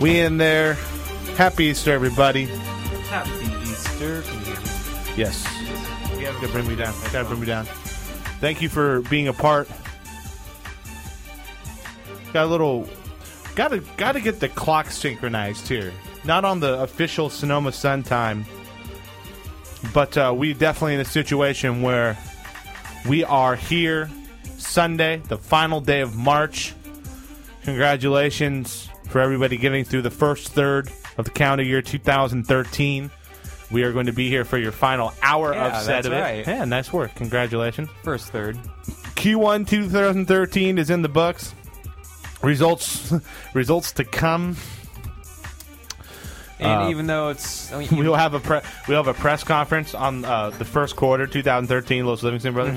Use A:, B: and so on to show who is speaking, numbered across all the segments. A: We in there. Happy Easter, everybody.
B: Happy Easter. Can you hear me?
A: Yes.
B: We have a-
A: Gotta bring me down. Gotta bring me down. Thank you for being a part. Got a little. Gotta gotta get the clock synchronized here. Not on the official Sonoma Sun time, but uh, we definitely in a situation where we are here Sunday, the final day of March. Congratulations for everybody getting through the first third of the calendar year 2013. We are going to be here for your final hour
B: Yeah,
A: of set
B: that's
A: of it.
B: right.
A: Yeah, nice work. Congratulations.
B: First third.
A: Q1 2013 is in the books. Results results to come. Uh,
B: And even though it's. I mean,
A: We'll have a pre- we'll have a press conference on uh, the first quarter 2013 Los Livingston Brothers.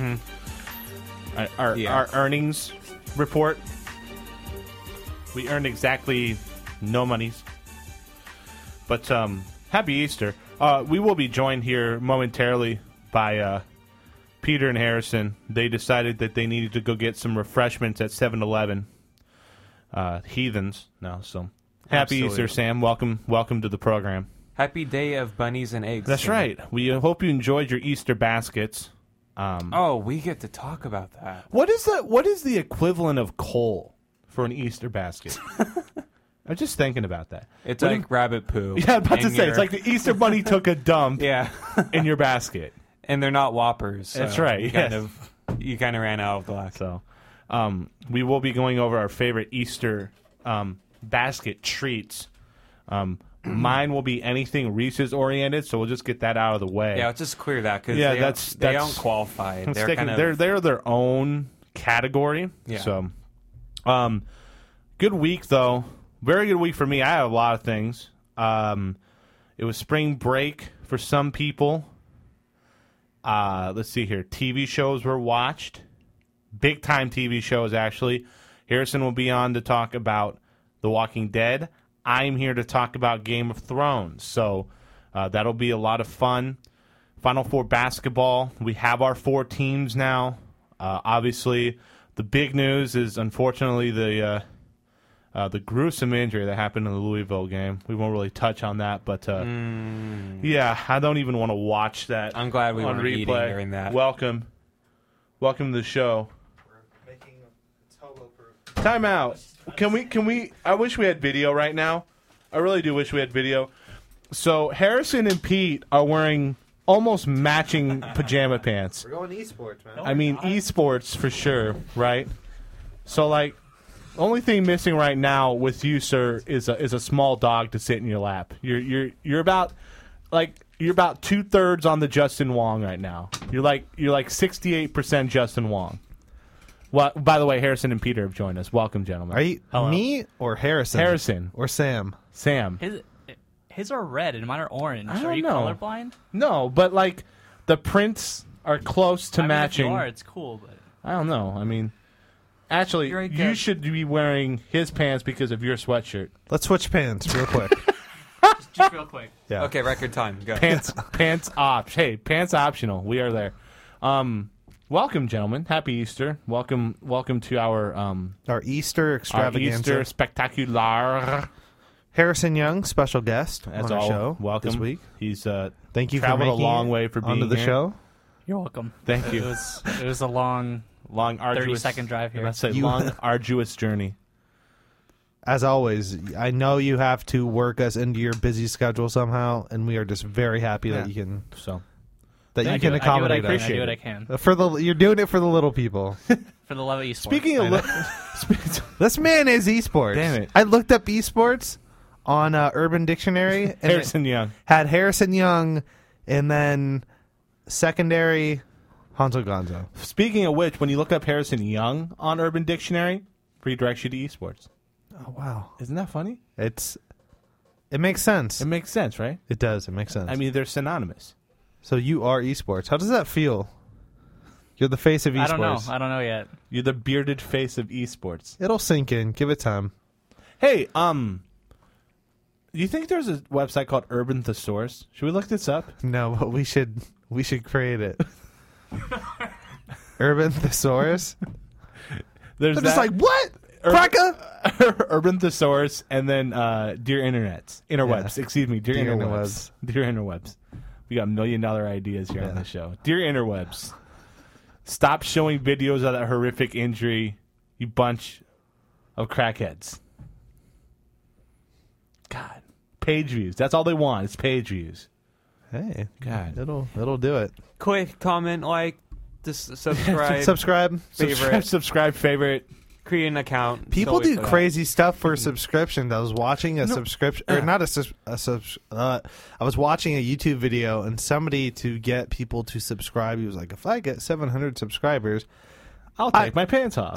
A: Our- Our,
B: Mm-hmm. Yeah.
A: our earnings report. We earned exactly no monies. But um happy Easter. Uh, we will be joined here momentarily by uh, Peter and Harrison. They decided that they needed to go get some refreshments at 7-Eleven. Uh, heathens. No, so happy Easter,
B: Absolutely.
A: Sam. Welcome welcome to the program.
B: happy day of bunnies and eggs.
A: That's right. We uh, hope you enjoyed your Easter baskets.
B: Oh, we get to talk about that.
A: What is the what is the equivalent of coal for an Easter basket? I'm just thinking about that.
B: It's
A: What
B: like rabbit poo.
A: if- yeah, I'm about to
B: in
A: say it's
B: your-
A: like the Easter bunny took a dump
B: Yeah.
A: in your basket.
B: and they're not whoppers. so
A: That's right,
B: You kind,
A: yes.
B: of, you kind of ran out of black.
A: So, um, we will be going over our favorite Easter um, basket treats. Um, mine will be anything Reese's oriented, so we'll just get that out of the way.
B: Yeah, let's just clear that because
A: Yeah,
B: they,
A: that's-
B: don't, they
A: that's-
B: don't qualify.
A: I'm
B: They're
A: sticking-
B: kind of
A: they're they're their own category.
B: Yeah.
A: So, um, good week though. Very good week for me. I had a lot of things. Um, it was spring break for some people. Uh, let's see here. TV shows were watched. Big time TV shows actually. Harrison will be on to talk about The Walking Dead. I'm here to talk about Game of Thrones. So uh, that'll be a lot of fun. Final Four basketball. We have our four teams now. Uh, obviously, the big news is unfortunately the uh, uh, the gruesome injury that happened in the Louisville game. We won't really touch on that, but uh, yeah, I don't even want to watch that.
B: Hmm. I'm glad we
A: on
B: weren't eating
A: replay.
B: during that.
A: Welcome, welcome to the show.
C: making it's hobo proof.
A: Time out. Can we? Can we? I wish we had video right now. I really do wish we had video. So Harrison and Pete are wearing almost matching pajama pants.
C: We're going esports, man.
A: I mean, esports for sure, right? So like, only thing missing right now with you, sir, is a is a small dog to sit in your lap. You're you're you're about like you're about two thirds on the Justin Wong right now. You're like you're like sixty eight percent Justin Wong. Well, by the way, Harrison and Peter have joined us. Welcome, gentlemen.
C: Are you me or Harrison?
A: Harrison.
C: or Sam?
A: Sam?
D: His his are red and mine are orange.
A: I
D: are
A: don't
D: you
A: know.
D: colorblind?
A: No, but like the prints are close to
D: I mean, if
A: matching.
D: you are, it's cool, but
A: I don't know. I mean, actually,
B: You're a
A: you
B: good-
A: should be wearing his pants because of your sweatshirt.
C: Let's switch pants real quick.
D: just real quick.
C: yeah.
B: Okay, record time. Go.
A: Pants, pants op. Hey, pants optional. We are there. Um, welcome, gentlemen. Happy Easter. Welcome, welcome to our um
C: Our Easter
A: our
C: extravaganza.
A: Easter spectacular.
C: Harrison Young, special guest
A: That's
C: on our
A: all.
C: show
A: welcome
C: this week.
A: He's uh,
C: Thank you
A: Traveled a
C: for making
A: long
C: it
A: way for
C: onto
A: being
C: the
A: here.
C: show.
D: You're welcome.
A: Thank you.
D: It was it was a long
A: long arduous
D: 30-second drive here.
A: Let's say
C: You-
A: long arduous journey.
C: As always, I know you have to work us into your busy schedule somehow, and we are just very happy that
A: Yeah.
C: you can
A: So
C: that
D: I
C: you
D: do,
C: can accommodate
D: I do what I
C: us.
D: can. I do what I can
C: Uh, For the you're doing it for the little people.
D: for the love of esports.
A: speaking of,
C: this man is esports.
A: Damn it.
C: I looked up esports on uh, Urban Dictionary, and it-
A: Harrison Young.
C: had Harrison Young, and then secondary Hansel Gonzo.
A: Speaking of which, when you look up Harrison Young on Urban Dictionary, redirects you to esports.
C: Oh wow,
A: Isn't that funny?
C: it's it makes sense.
A: It makes sense, right?
C: It does. It makes sense.
A: I mean, they're synonymous.
C: so you are esports. How does that feel? You're the face of esports.
D: I don't know. I don't know yet.
A: You're the bearded face of esports.
C: It'll sink in. Give it time.
A: Hey, um, do you think there's a website called Urban Thesaurus? Should we look this up?
C: No, but we should we should create it. Urban Thesaurus.
A: There's
C: I'm just
A: that.
C: like what? Cracker?
A: Urban Thesaurus, and then uh, Dear Internets. Interwebs. Excuse me. Dear,
C: Dear
A: Interwebs. Dear Interwebs. We got million dollar ideas here on
C: Yeah.
A: the show. Dear Interwebs, stop showing videos of that horrific injury, you bunch of crackheads. God. Page views. That's all they want. It's page views.
C: Hey,
A: God.
C: it'll it'll do it.
B: Quick comment, like, just subscribe,
C: Subscribe.
A: Subscribe,
B: favorite,
A: subscribe, favorite.
B: create an account. It's
C: People
B: always
C: do
B: for that.
C: crazy stuff for a subscription. I was watching a subscription, or not a, subs- a subs- uh, I was watching a YouTube video, and somebody to get people to subscribe, he was like, "If I get 700 subscribers,
A: I'll take my pants off.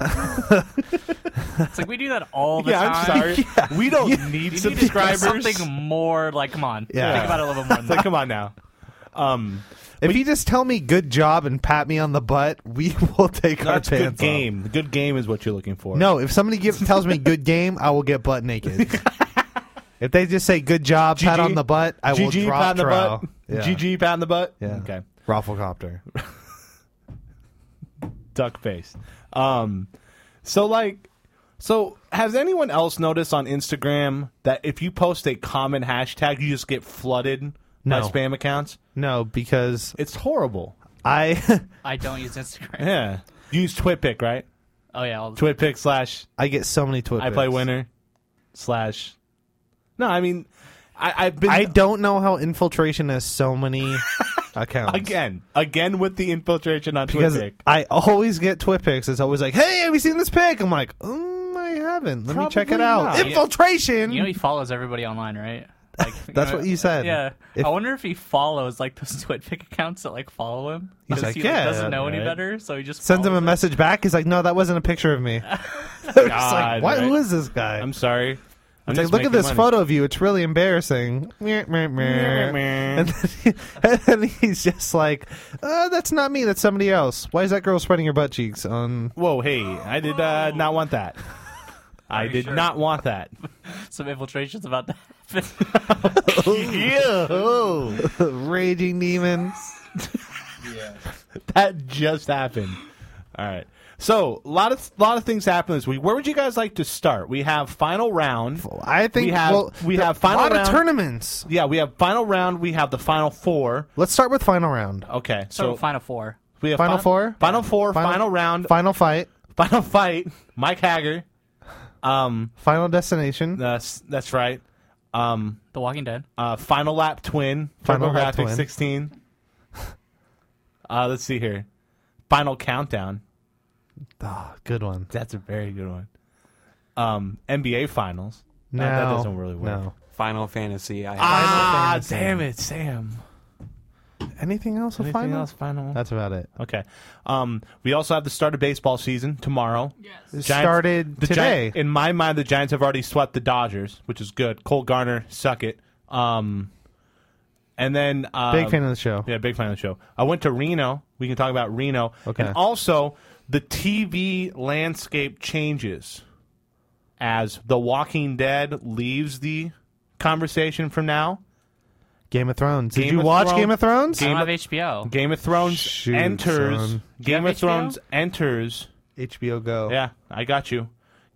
D: It's like we do that all the
A: yeah,
D: time.
A: I'm sorry. We don't
D: You
A: need
D: need to do
A: subscribers.
D: Something more like, come on,
C: Yeah.
D: think about it a little bit more. Than
A: It's
D: that.
A: like, come on now. Um,
C: if you just tell me good job and pat me on the butt, we will take our
A: that's good
C: pants off."
A: game. The good game is what you're looking for.
C: No, if somebody gives, tells me good game, I will get butt naked. if they just say good job, pat
A: GG.
C: on the butt, I will
A: GG
C: drop
A: pat in the
C: trowel.
A: butt. GG pat in the butt.
C: Yeah.
A: Okay.
C: Rafflecopter.
A: Duck face. Um, so like, so has anyone else noticed on Instagram that if you post a common hashtag, you just get flooded
C: No.
A: by spam accounts?
C: No, because
A: It's horrible.
C: I
D: I don't use Instagram.
A: Yeah. You use TwitPic, right?
D: Oh yeah, all the
A: TwitPic slash
C: I get so many Twitter.
A: I play winner slash. No, I mean, I, I've been
C: I don't know how infiltration has so many accounts
A: again, again with the infiltration on
C: because
A: TwitPic.
C: I always get twit pics. It's always like, "Hey, have you seen this pic?" I'm like, "Um, I haven't. Let me check it
A: Probably
C: out."
A: not.
C: Infiltration.
D: You know he follows everybody online, right? Like,
C: That's what you said.
D: Yeah.
C: If-
D: I wonder if he follows like those TwitPic accounts that like follow him.
C: He's
D: 'Cause
C: like,
D: he
C: "Yeah,
D: doesn't know any
A: right."
D: better, so he just
C: Sends him a
D: follows
C: message back. He's like, "No, that wasn't a picture of me." It's like,
A: God,
C: what?
A: right.
C: Who is this guy?
A: I'm sorry. I'm
C: It's like,
A: just
C: look at
A: making
C: this
A: money.
C: photo of you. It's really embarrassing. Meh, meh, meh. And then, he- and then he's just like, uh, that's not me. That's somebody else. Why is that girl spreading her butt cheeks on?
A: Whoa, hey, I did uh, not want that. I did
B: sure?
A: not want that.
D: Some infiltrations about that.
A: yeah,
C: Oh. Raging demons.
A: that just happened. All right. So a lot of lot of things happen this week. Where would you guys like to start? We have final round.
C: I think
A: We have-
C: well,
A: we
C: there-
A: have final
C: a lot
A: round.
C: of tournaments.
A: Yeah, we have final round. We have the final four.
C: Let's start with final round,
A: Okay,
D: so
A: so
D: final four.
A: we have
C: Final
A: fin-
C: four?
A: final four, final,
C: Final-
A: round,
C: final fight,
A: final fight. Mike Hager. Um,
C: final destination.
A: that's that's right. Um,
D: The Walking Dead.
A: Uh, Final Lap Twin,
C: Final Lap
A: TurboGrafx
C: Twin.
A: 16. Uh, let's see here. Final Countdown.
C: Ah, good one.
A: That's a very good one. Um, NBA Finals. Uh,
C: No,
A: that doesn't really work.
C: No.
B: Final Fantasy. I
A: Ah,
C: Fantasy.
A: damn it, Sam.
C: Anything else? with
A: Anything
C: final.
A: else? Final.
C: That's about it.
A: okay. Um, we also have the start of baseball season tomorrow.
C: It
A: Giants-
C: started
A: The
C: today.
A: Giants, in my mind, the Giants have already swept the Dodgers, which is good. Cole Garner, suck it. Um, and then uh,
C: Big fan of the show.
A: Yeah, big fan of the show. I went to Reno. We can talk about Reno.
C: Okay.
A: And also, the TV landscape changes as The Walking Dead leaves the conversation from now.
C: Game of Thrones. Did
A: Game
C: you
A: of
C: watch
A: Thrones.
C: Game of Thrones?
D: I
A: Game
D: don't
A: of-
D: have HBO.
A: Game of Thrones
C: Shoot,
A: enters.
C: son.
D: you
A: Game
D: have
A: of Thrones enters.
C: HBO Go.
A: Yeah, I got you.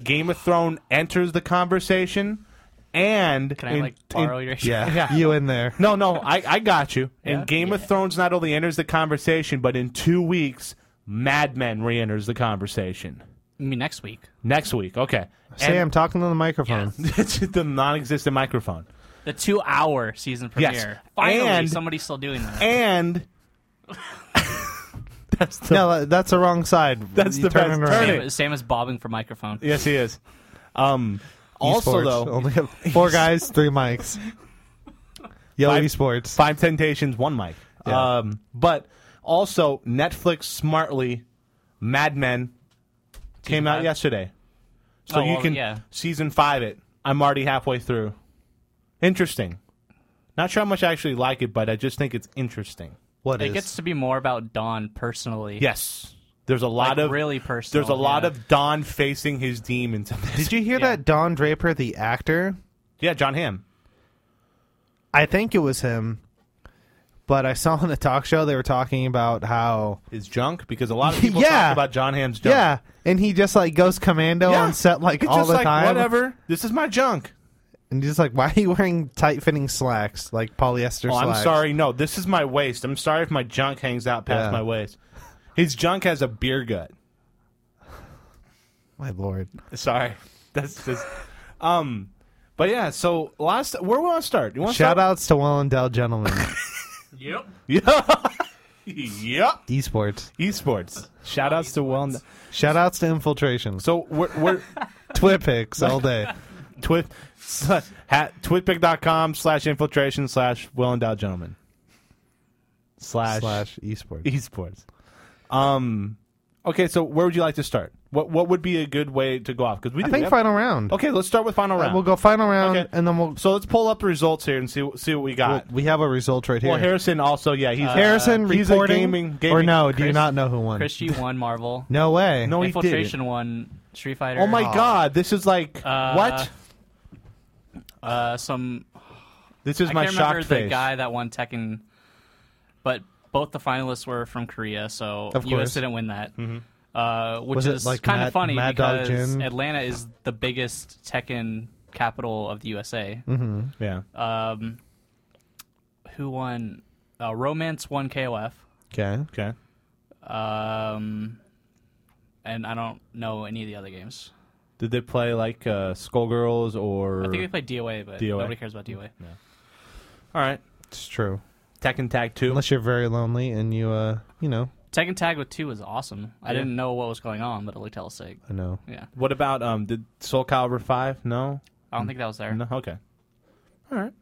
A: Game of Thrones enters the conversation, and
D: Can I
A: in-
D: like
A: in-
D: borrow your
C: Yeah.
A: Yeah.
C: You in there.
A: No, no, I, I got you.
D: Yeah?
A: And Game of Thrones not only enters the conversation, but in two weeks, Mad Men re enters the conversation.
D: I mean next week.
A: Next week, okay.
C: Sam, talking to the microphone.
A: And it's the non existent microphone.
D: The two hour season premiere.
A: Yes.
D: Finally
A: And-
D: somebody's still doing that.
A: And that's the.
C: No, that- that's the wrong side.
A: That's the best.
C: turn it
A: Turn
C: around.
A: it.
D: Sam, Sam is bobbing for microphone.
A: Yes, he is. Um, also,
C: Esports. Oh
A: though,
C: only have four guys, three mics. Yellow
A: Five-
C: esports.
A: Five Temptations, one mic.
C: Yeah.
A: Um, but also, Netflix smartly, Mad Men came
D: Season
A: out
D: five?
A: yesterday. So
D: Oh,
A: you
D: well,
A: can
D: yeah.
A: season five it. I'm already halfway through. Interesting. Not sure how much I actually like it, but I just think it's interesting.
C: What
D: It
C: is-
D: gets to be more about Dawn personally.
A: Yes. There's a lot
D: Like,
A: of
D: really personal.
A: there's a lot
D: yeah.
A: of Don facing his demons. in this.
C: Did you hear
D: yeah.
C: that Don Draper, the actor?
A: Yeah, John Hamm.
C: I think it was him. But I saw on a talk show they were talking about how
A: Is junk because a lot of people
C: Yeah.
A: talk about John Hamm's junk.
C: yeah, and he just like goes commando
A: Yeah.
C: on set like
A: It's
C: all
A: just
C: the
A: like
C: time,
A: whatever. This is my junk.
C: and just like why are you wearing tight fitting slacks like polyester?
A: Oh,
C: slacks?
A: I'm sorry. No, this is my waist. I'm sorry if my junk hangs out past
C: Yeah.
A: my waist. His junk has a beer gut.
C: my lord.
A: Sorry, that's just. Um, but yeah. So last, where we want to start? You want
C: Shout outs to well endowed gentlemen,
D: Yep.
A: Yep.
C: esports.
A: Esports. Shout outs to well.
C: Shout outs to infiltration,
A: So we're, we're
C: Twitpics all day.
A: twit hat twitpic.com slash infiltration slash well endowed gentlemen slash,
C: slash esports.
A: esports. Um. Okay, so where would you like to start? What what would be a good way to go off? Because we
C: I
A: do
C: think
A: have-
C: final round.
A: Okay, let's start with final round.
C: We'll go final round,
A: Okay.
C: and then we'll,
A: So let's pull up the results here and see see what we
C: we'll
A: got.
C: we have a result right here.
A: Well, Harrison also, yeah, he's
C: Harrison
A: he's a
C: reporting
A: gaming-
C: Uh, or
A: gaming-
C: no? do you
D: Chris-
C: not know who won?
D: Chris G won Marvel.
C: No way.
A: No, he
D: Infiltration
A: didn't.
D: won Street Fighter.
A: Oh my God, this is like
D: Uh,
A: what?
D: Uh, some
A: This is
D: I
A: my
D: can't
A: shock
D: remember the
A: face.
D: guy that won Tekken, but both the finalists were from Korea, so
C: Of course.
D: U.S. didn't win that.
A: Mm-hmm.
D: Uh, which
C: Was it
D: is
C: like
D: kind
C: Mad-
D: of funny
C: Mad Dog
D: because
C: Jin?
D: Atlanta is the biggest Tekken capital of the USA.
A: Mm-hmm. Yeah.
D: Um, who won? Uh, Romance won KOF,
C: Okay.
A: Okay.
D: um, and I don't know any of the other games.
A: Did they play like uh, Skullgirls or?
D: I think they played DOA, but
A: DOA.
D: nobody cares about DOA.
A: All right,
C: It's true.
A: Tekken Tag Two.
C: Unless you're very lonely and you, uh, you know,
D: Tekken Tag with Two was awesome. I
A: Yeah.
D: didn't know what was going on, but it looked hella sick.
C: I know.
D: Yeah,
A: What about um? Did Soul Calibur Five? No.
D: I
C: Mm.
D: don't think that was there.
A: No. Okay. All right.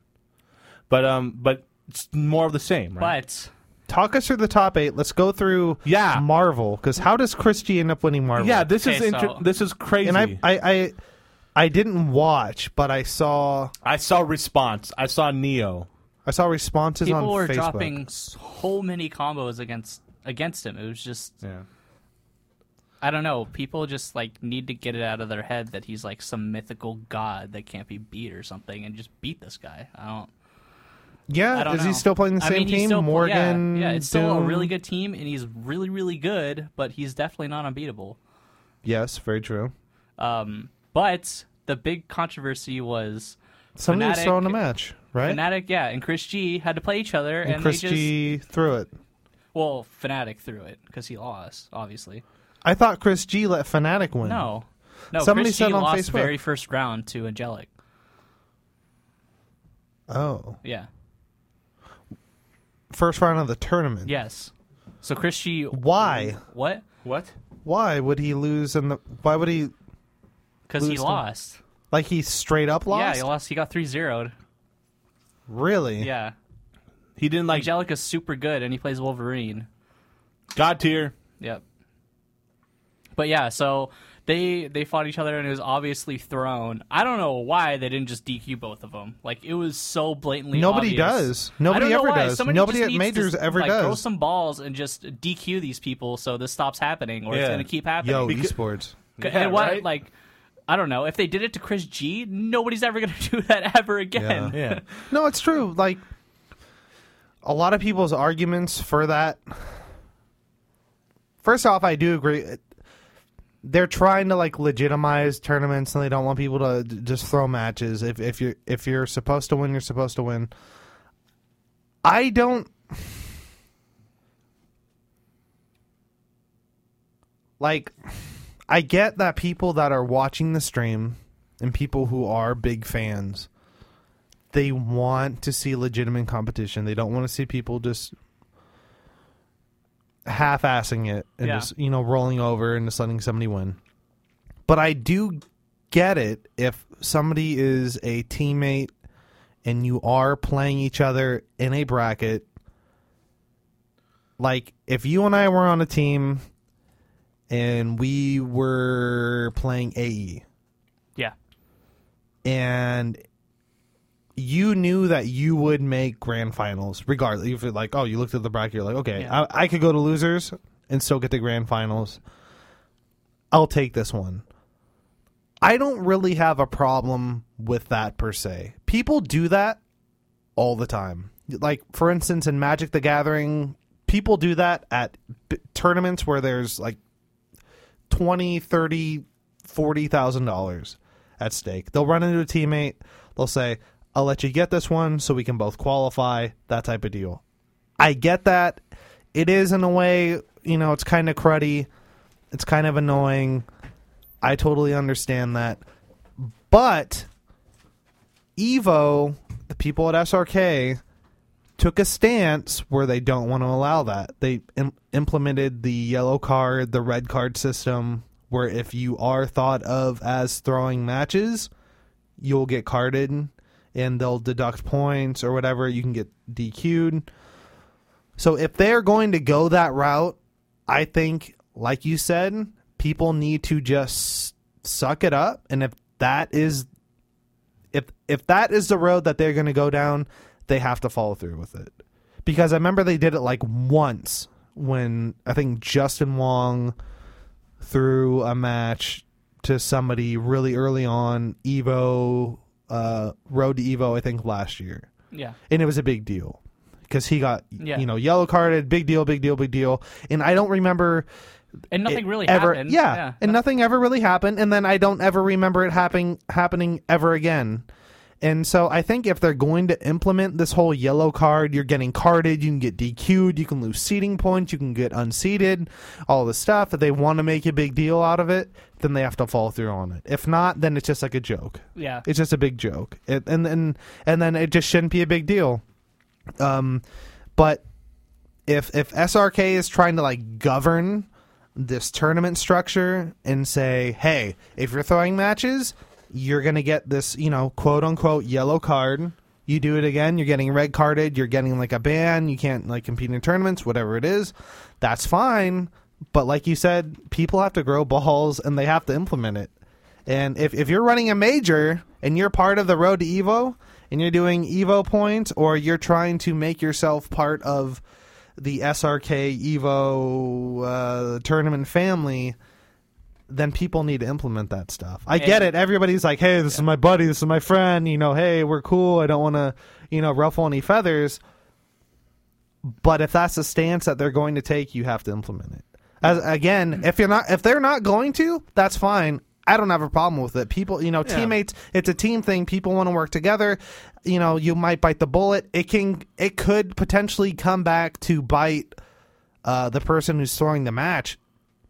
A: But um, but it's more of the same, right?
D: But
C: Talk us through the top eight. Let's go through
A: Yeah.
C: Marvel because how does Christie end up winning Marvel?
A: yeah, this is
D: Okay,
A: inter-
D: so-
A: this is crazy.
C: and I, I, I, I didn't watch, but I saw
A: I saw response. I saw Neo.
C: I saw responses on
D: people were
C: Facebook.
D: dropping so many combos against against him. It was just
A: Yeah.
D: I don't know. People just like need to get it out of their head that he's like some mythical god that can't be beat or something, and just beat this guy. I don't. I
C: yeah,
D: don't
C: is
D: know.
C: he still playing the
D: I
C: same
D: mean, he's
C: team?
D: still- yeah,
C: Morgan.
D: Yeah, it's still a
C: Doom?
D: really good team, and he's really really good, but he's definitely not unbeatable.
C: Yes, very true.
D: Um, but the big controversy was
C: Somebody was
D: Fnatic-
C: throwing a match, right?
D: Fnatic, yeah, and Chris G had to play each other, and,
C: and Chris
D: they just
C: G threw it.
D: well, Fnatic threw it because he lost, obviously.
C: I thought Chris G let Fnatic win.
D: No, no.
C: Somebody
D: Chris
C: said
D: G
C: on
D: lost
C: Facebook.
D: the very first round to Angelic.
C: Oh,
D: Yeah.
C: first round of the tournament.
D: Yes. So Chris G.
C: Why?
D: What?
A: What?
C: Why would he lose? In the why would he
D: Because he
C: Lose to-
D: lost.
C: like he straight up lost?
D: Yeah, he lost. He got 3 0'd.
C: Really?
D: Yeah.
A: He didn't like
D: Angelica's super good, and he plays Wolverine.
A: God tier.
D: Yep. But yeah, so they they fought each other, and it was obviously thrown. I don't know why they didn't just DQ both of them. Like it was so blatantly.
C: Nobody
D: obvious.
C: does. Nobody
D: I don't know
C: ever
D: why.
C: does.
D: Somebody
C: Nobody
D: just
C: at
D: needs
C: majors
D: to,
C: ever
D: like, Throw
C: does.
D: some balls and just DQ these people, so this stops happening, or
A: Yeah.
D: it's gonna keep happening.
C: Yo,
A: Because-
C: esports.
D: C-
A: Yeah,
D: and what
A: right?
D: like I don't know if they did it to Chris G, nobody's ever gonna do that ever again.
A: Yeah.
C: No, it's true. Like a lot of people's arguments for that. First off, I do agree. They're trying to like legitimize tournaments, and they don't want people to d- just throw matches. If if you're if you're supposed to win, you're supposed to win. I don't. Like, I get that people that are watching the stream and people who are big fans they want to see legitimate competition. They don't want to see people just half-assing it and
D: Yeah.
C: just you know rolling over and just letting somebody win. But I do get it if somebody is a teammate and you are playing each other in a bracket. Like if you and I were on a team and we were playing AE
D: Yeah.
C: and you knew that you would make grand finals regardless. If you're like, oh, you looked at the bracket, you're like, okay,
D: Yeah.
C: I, I could go to losers and still get the grand finals. I'll take this one. I don't really have a problem with that per se. People do that all the time. like for instance in Magic the Gathering, people do that at b- tournaments where there's like 20, 30, 40,000 dollars at stake. They'll run into a teammate, they'll say, "I'll let you get this one so we can both qualify." That type of deal. I get that. It is in a way, you know, it's kind of cruddy. It's kind of annoying. I totally understand that. But Evo, the people at SRK took a stance where they don't want to allow that. They Im- implemented the yellow card, the red card system where if you are thought of as throwing matches, you'll get carded and they'll deduct points or whatever, you can get DQ'd. So if they're going to go that route, I think, like you said, people need to just suck it up. And if that is if if that is the road that they're going to go down, they have to follow through with it. Because I remember they did it like once when I think Justin Wong threw a match to somebody really early on Evo uh, Road to Evo I think last year,
D: Yeah.
C: and it was a big deal because he got
D: Yeah.
C: you know yellow carded, big deal, big deal, big deal. And I don't remember
D: And nothing
C: it
D: really
C: ever,
D: happened.
C: Yeah,
D: yeah.
C: and nothing ever really happened. And then I don't ever remember it happening happening ever again. And so I think if they're going to implement this whole yellow card, you're getting carded, you can get DQ'd, you can lose seating points, you can get unseated, all this stuff. If they want to make a big deal out of it, then they have to follow through on it. If not, then it's just like a joke.
D: yeah.
C: It's just a big joke, it, and and and then it just shouldn't be a big deal. Um, but if if SRK is trying to like govern this tournament structure and say, hey, if you're throwing matches, you're gonna get this, you know, quote unquote yellow card. You do it again, you're getting red carded, you're getting like a ban, you can't like compete in tournaments, whatever it is. That's fine, but like you said, people have to grow balls and they have to implement it. And if, if you're running a major and you're part of the road to Evo and you're doing Evo points or you're trying to make yourself part of the SRK Evo uh, tournament family, then people need to implement that stuff. I get it.
D: And-
C: Everybody's like, hey, this is my buddy. This is my friend. You know, hey, we're cool. I don't want to, you know, ruffle any feathers. But if that's the stance that they're going to take, you have to implement it. As again, if you're not if they're not going to, that's fine. I don't have a problem with it. People, you know, teammates, it's a team thing. People want to work together. You know, you might bite the bullet. It can it could potentially come back to bite uh, the person who's throwing the match.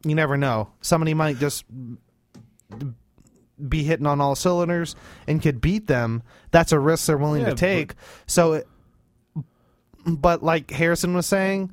C: You never know. Somebody might just be hitting on all cylinders and could beat them. That's a risk they're willing
A: Yeah,
C: to
A: but-
C: take. so it, but like Harrison was saying,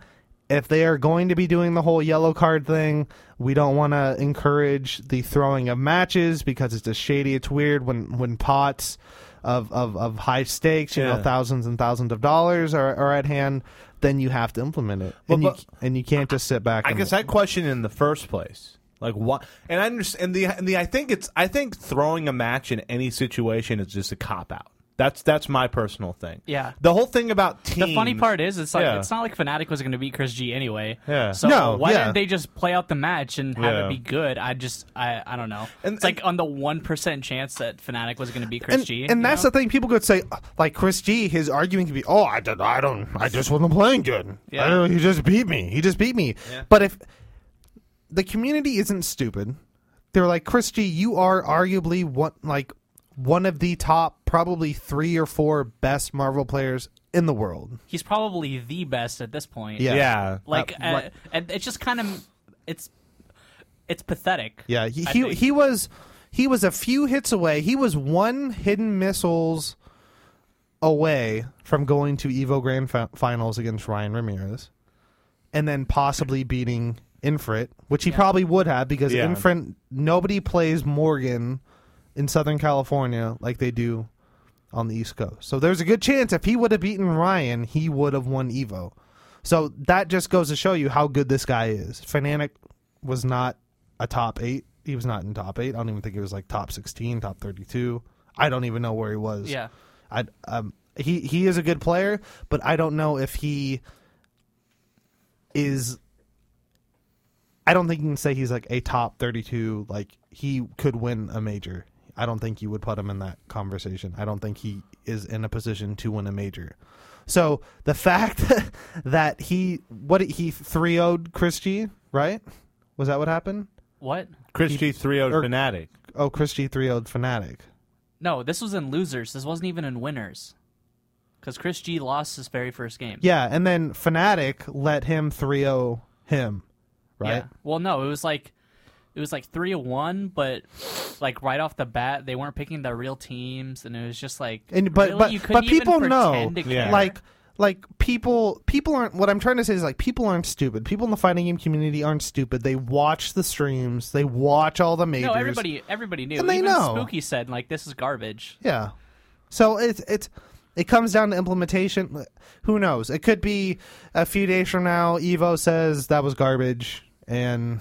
C: if they are going to be doing the whole yellow card thing, we don't want to encourage the throwing of matches because it's just shady. It's weird when when pots of of, of high stakes, you know,
A: Yeah.
C: thousands and thousands of dollars are, are at hand. Then you have to implement it,
A: Well,
C: and you
A: but-
C: and you can't just sit back.
A: I
C: and,
A: guess I question in the first place. Like what? And I understand. And the and the I think it's I think throwing a match in any situation is just a cop out. That's that's my personal thing.
D: Yeah.
A: The whole thing about teams.
D: The funny part is, it's like
A: Yeah.
D: it's not like Fnatic was going to beat Chris G anyway.
A: Yeah.
D: So
C: No,
D: why
C: yeah.
D: didn't they just play out the match and have
A: Yeah.
D: it be good? I just, I, I don't know.
A: And-
D: it's like on the one percent chance that Fnatic was going to beat Chris
C: and,
D: G.
C: and that's the thing people could say like chris g his argument could be oh i, did, I don't i just wasn't playing good
D: Yeah.
C: I don't- he just beat me he just beat me but if the community isn't stupid they're like chris g you are arguably one like one of the top probably three or four best marvel players in the world
D: he's probably the best at this point.
C: Yeah.
A: Yeah.
D: Like,
C: Uh,
D: uh,
C: like-
D: and it's just kind of, it's, it's pathetic.
C: Yeah, he
D: I
C: he,
D: think.
C: he was he was a few hits away. He was one hidden missiles away from going to Evo Grand Fi- Finals against Ryan Ramirez, and then possibly beating Infrit, which he probably would have because
A: Yeah.
C: Infrit nobody plays Morgan in Southern California like they do on the East Coast. So there's a good chance if he would have beaten Ryan, he would have won Evo. So that just goes to show you how good this guy is. Fnatic was not a top eight. He was not in top eight. I don't even think he was like top sixteen, top thirty-two. I don't even know where he was.
D: Yeah.
C: I um he he is a good player, but I don't know if he is. I don't think you can say he's like a top thirty-two. Like he could win a major. I don't think you would put him in that conversation. I don't think he is in a position to win a major. So the fact that he what he 3-0'd Christie, right? Was that what happened?
D: What?
A: Christie 3 0
C: or-
A: Fnatic.
C: Oh, Christie 3-0'd Fnatic.
D: No, this was in losers. This wasn't even in winners. Because Chris G lost his very first game.
C: Yeah, and then Fnatic let him 3-0 him, right?
D: Well, no, it was like it was like three to one, but like right off the bat, they weren't picking their real teams, and it was just like
C: And but
D: really? You
C: but but
D: couldn't even
C: people know
D: pretend to
A: Yeah.
D: care?
C: like like people people aren't what I'm trying to say is like people aren't stupid. People in the fighting game community aren't stupid. They watch the streams. They watch all the majors.
D: no, everybody everybody knew.
C: And they
D: even
C: know.
D: Spooky said like this is garbage.
C: Yeah. So it's it's it comes down to implementation. Who knows? It could be a few days from now. Evo says that was garbage, and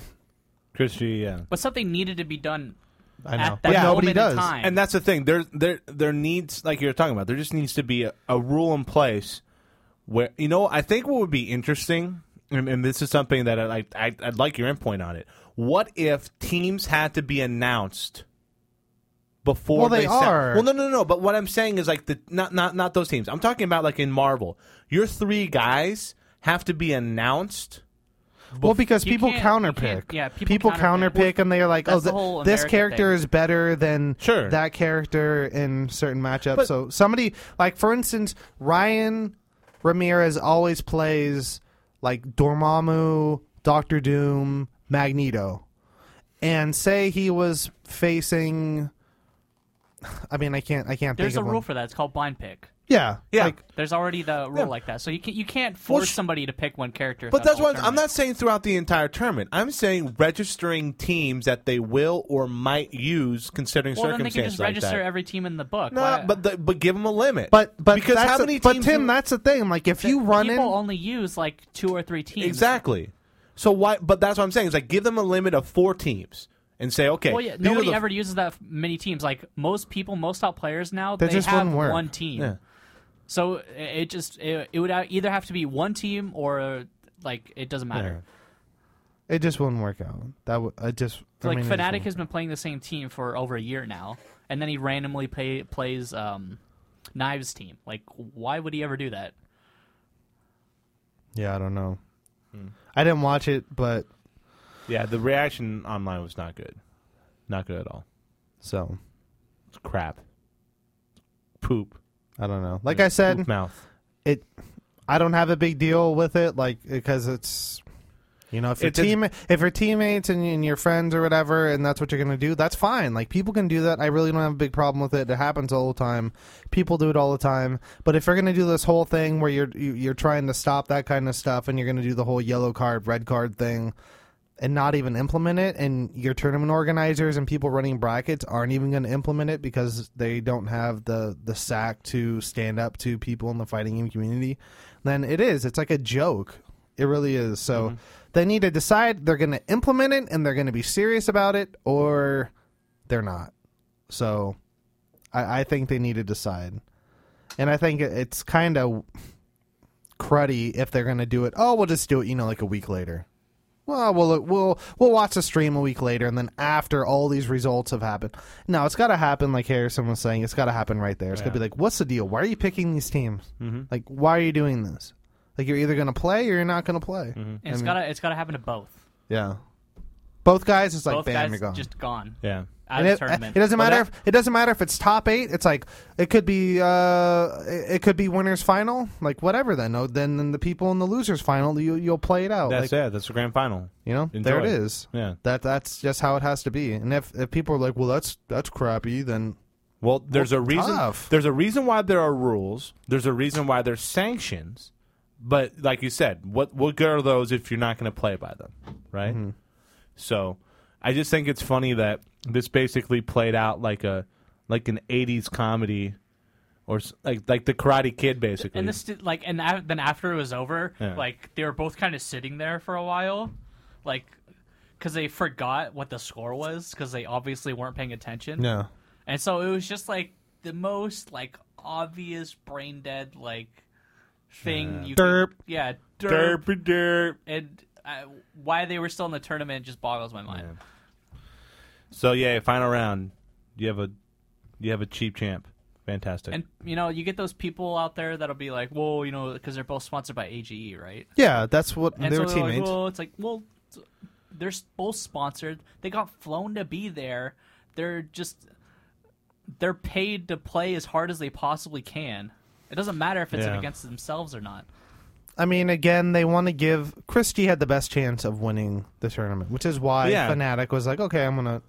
A: Christie, yeah.
D: But something needed to be done.
C: I know,
D: At that
C: but nobody
D: moment in
C: does.
D: time.
A: And that's the thing. There, there, there needs, like you were talking about, there just needs to be a, a rule in place where you know. I think what would be interesting, and, and this is something that I, I, I'd like your endpoint on it. What if teams had to be announced before
C: Well, they
A: sent-
C: are.
A: Well, no, no, no. But what I'm saying is like the not, not, not those teams. I'm talking about like in Marvel, your three guys have to be announced.
C: Well, because
D: you
C: people
D: can't- you
C: counterpick.
D: can't- yeah, people
C: people
D: counterpick.
C: counterpick, and they're like,
D: That's
C: "Oh,
D: the
C: th-
D: whole
C: this
D: American
C: character
D: thing.
C: is better than
A: Sure.
C: that character in certain matchups."
A: But-
C: so somebody, like for instance, Ryan Ramirez always plays like Dormammu, Doctor Doom, Magneto, and say he was facing. I mean, I can't. I can't
D: There's a
C: think of
D: rule
C: one.
D: for that. It's called blind pick.
C: Yeah,
A: Yeah.
C: Like,
D: There's already the rule
A: Yeah.
D: like that, so you can't you can't
A: Well,
D: force
A: sh-
D: somebody to pick one character.
A: But
D: throughout
A: that's
D: the whole
A: what I'm
D: tournament.
A: not saying throughout the entire tournament. I'm saying registering teams that they will or might use considering
D: Well, then they can
A: circumstances
D: just register
A: like that.
D: every team in the book.
A: No,
D: Why-
A: but the, but give them a limit.
C: but but
A: because
C: that's
A: how
C: the-
A: many
C: But
A: teams
C: Tim,
A: do-
C: that's the thing. Like if
D: the-
C: you run in,
D: people only use like two or three teams.
A: exactly. So why? But that's what I'm saying. Is like give them a limit of four teams and say okay.
D: Well, yeah,
A: these are
D: nobody
A: the-
D: ever uses that f- many teams. Like most people, most top players now,
C: That
D: they
C: just
D: have
C: wouldn't work.
D: one team.
A: Yeah.
D: So i- it just it, it would a- either have to be one team or uh, like it doesn't matter.
C: it just wouldn't work out. That would. I just I
D: Like
C: mean, it just
D: Fnatic
C: wouldn't.
D: has been playing the same team for over a year now, and then he randomly play, plays um, Knives team. Like, why would he ever do that?
C: Yeah, I don't know. I didn't watch it, but
A: Yeah, the reaction online was not good. Not good at all.
C: so
A: It's crap. Poop.
C: I don't know. Like
A: Yeah,
C: I said,
A: poop mouth.
C: I don't have a big deal with it, like because it's you know if your
A: It did-
C: team if your teammates and, and your friends or whatever, and that's what you're gonna do, that's fine. Like people can do that. I really don't have a big problem with it. It happens all the time. People do it all the time. But if you're gonna do this whole thing where you're you, you're trying to stop that kind of stuff, and you're gonna do the whole yellow card, red card thing. and not even implement it and your tournament organizers and people running brackets aren't even going to implement it because they don't have the the sack to stand up to people in the fighting game community then it is it's like a joke it really is so they need to decide they're going to implement it and they're going to be serious about it or they're not so i, I think they need to decide and i think it- it's kind of cruddy if they're going to do it oh we'll just do it you know like a week later well, we'll we'll we'll watch the stream a week later, and then after all these results have happened, no, it's got to happen. Like Harrison was saying, it's got to happen right there. It's got to be like, what's the deal? Why are you picking these teams?
D: Mm-hmm.
C: Like, why are you doing this? Like, you're either going to play or you're not going to play.
D: And it's gotta it's gotta happen to both.
C: Yeah, both guys, it's like,
D: both
C: bam,
D: guys
C: you're gone.
D: just gone
A: Yeah.
D: out
C: And
D: of
C: it,
D: the tournament.
C: it doesn't
A: Well,
C: matter.
A: that-
C: if, it doesn't matter if it's top eight. It's like it could be. Uh, it it could be winners final. Like whatever. Then no. Then, then the people in the losers final. You you'll play it out.
A: That's
C: like,
A: it. That's the grand final.
C: You know. There it
A: Enjoy.
C: is.
A: Yeah.
C: That that's just how it has to be. And if, if people are like, well, that's that's crappy, then
A: Well, there's a reason.
C: tough.
A: There's a reason why there are rules. There's a reason why there's sanctions. But like you said, what what good are those if you're not going to play by them, right? So, I just think it's funny that this basically played out like a like an '80s comedy, or s- like like the Karate Kid basically.
D: And this did- like and a- then after it was over,
A: Yeah.
D: like they were both kind of sitting there for a while, like because they forgot what the score was because they obviously weren't paying attention.
C: no.
D: And so it was just like the most like obvious brain dead like thing you could-
C: Derp.
D: yeah derp,
A: derpy derp.
D: and uh, why they were still in the tournament just boggles my mind.
A: So yeah, final round. Do you have a You have a cheap champ. Fantastic.
D: And you know, you get those people out there that'll be like, "Whoa," you know, because they're both sponsored by AGE, right?
C: Yeah, that's what
D: And
C: they
D: so
C: were
D: they're like,
C: teammates.
D: "Well," it's like, well, t- they're s- both sponsored. They got flown to be there. They're just they're paid to play as hard as they possibly can. It doesn't matter if it's
A: Yeah.
D: against themselves or not.
C: I mean, again, they want to give Christie had the best chance of winning the tournament, which is why
A: Yeah.
C: Fnatic was like, okay, I'm gonna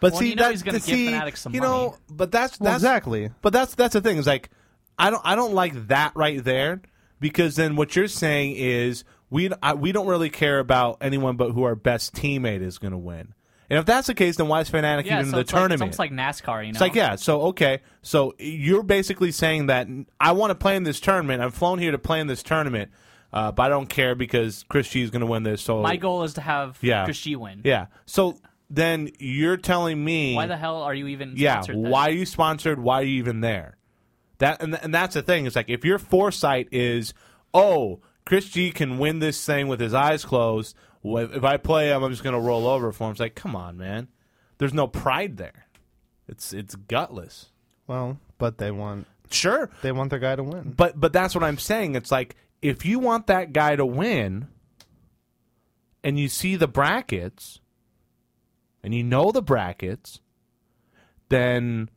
A: but
D: Well,
A: see,
D: you know
A: that-
D: he's gonna
A: the-
D: give
A: see,
D: Fnatic some
A: you know,
D: money.
A: but that's
C: well,
A: that's
C: exactly.
A: But that's that's the thing is like I don't I don't like that right there because then what you're saying is we I, we don't really care about anyone but who our best teammate is going to win. And if that's the case, then why is Fnatic
D: Yeah,
A: even
D: so
A: in the
D: it's
A: tournament?
D: Like, it's almost like NASCAR, you know.
A: It's like, yeah, so okay, so you're basically saying that I want to play in this tournament. I'm flown here to play in this tournament, uh, but I don't care because Chris G is going to win this. So
D: My goal is to have
A: Yeah.
D: Chris G win.
A: yeah. So then you're telling me
D: Why the hell are you even?
A: yeah,
D: sponsored then?
A: why are you sponsored? Why are you even there? That and, and that's the thing. It's like if your foresight is, oh, Chris G can win this thing with his eyes closed. wh- If I play him, I'm just going to roll over for him. It's like, come on, man. There's no pride there. It's it's gutless.
C: Well, but they want
A: Sure,
C: they want their guy to win.
A: but but that's what I'm saying. It's like if you want that guy to win, and you see the brackets, and you know the brackets, then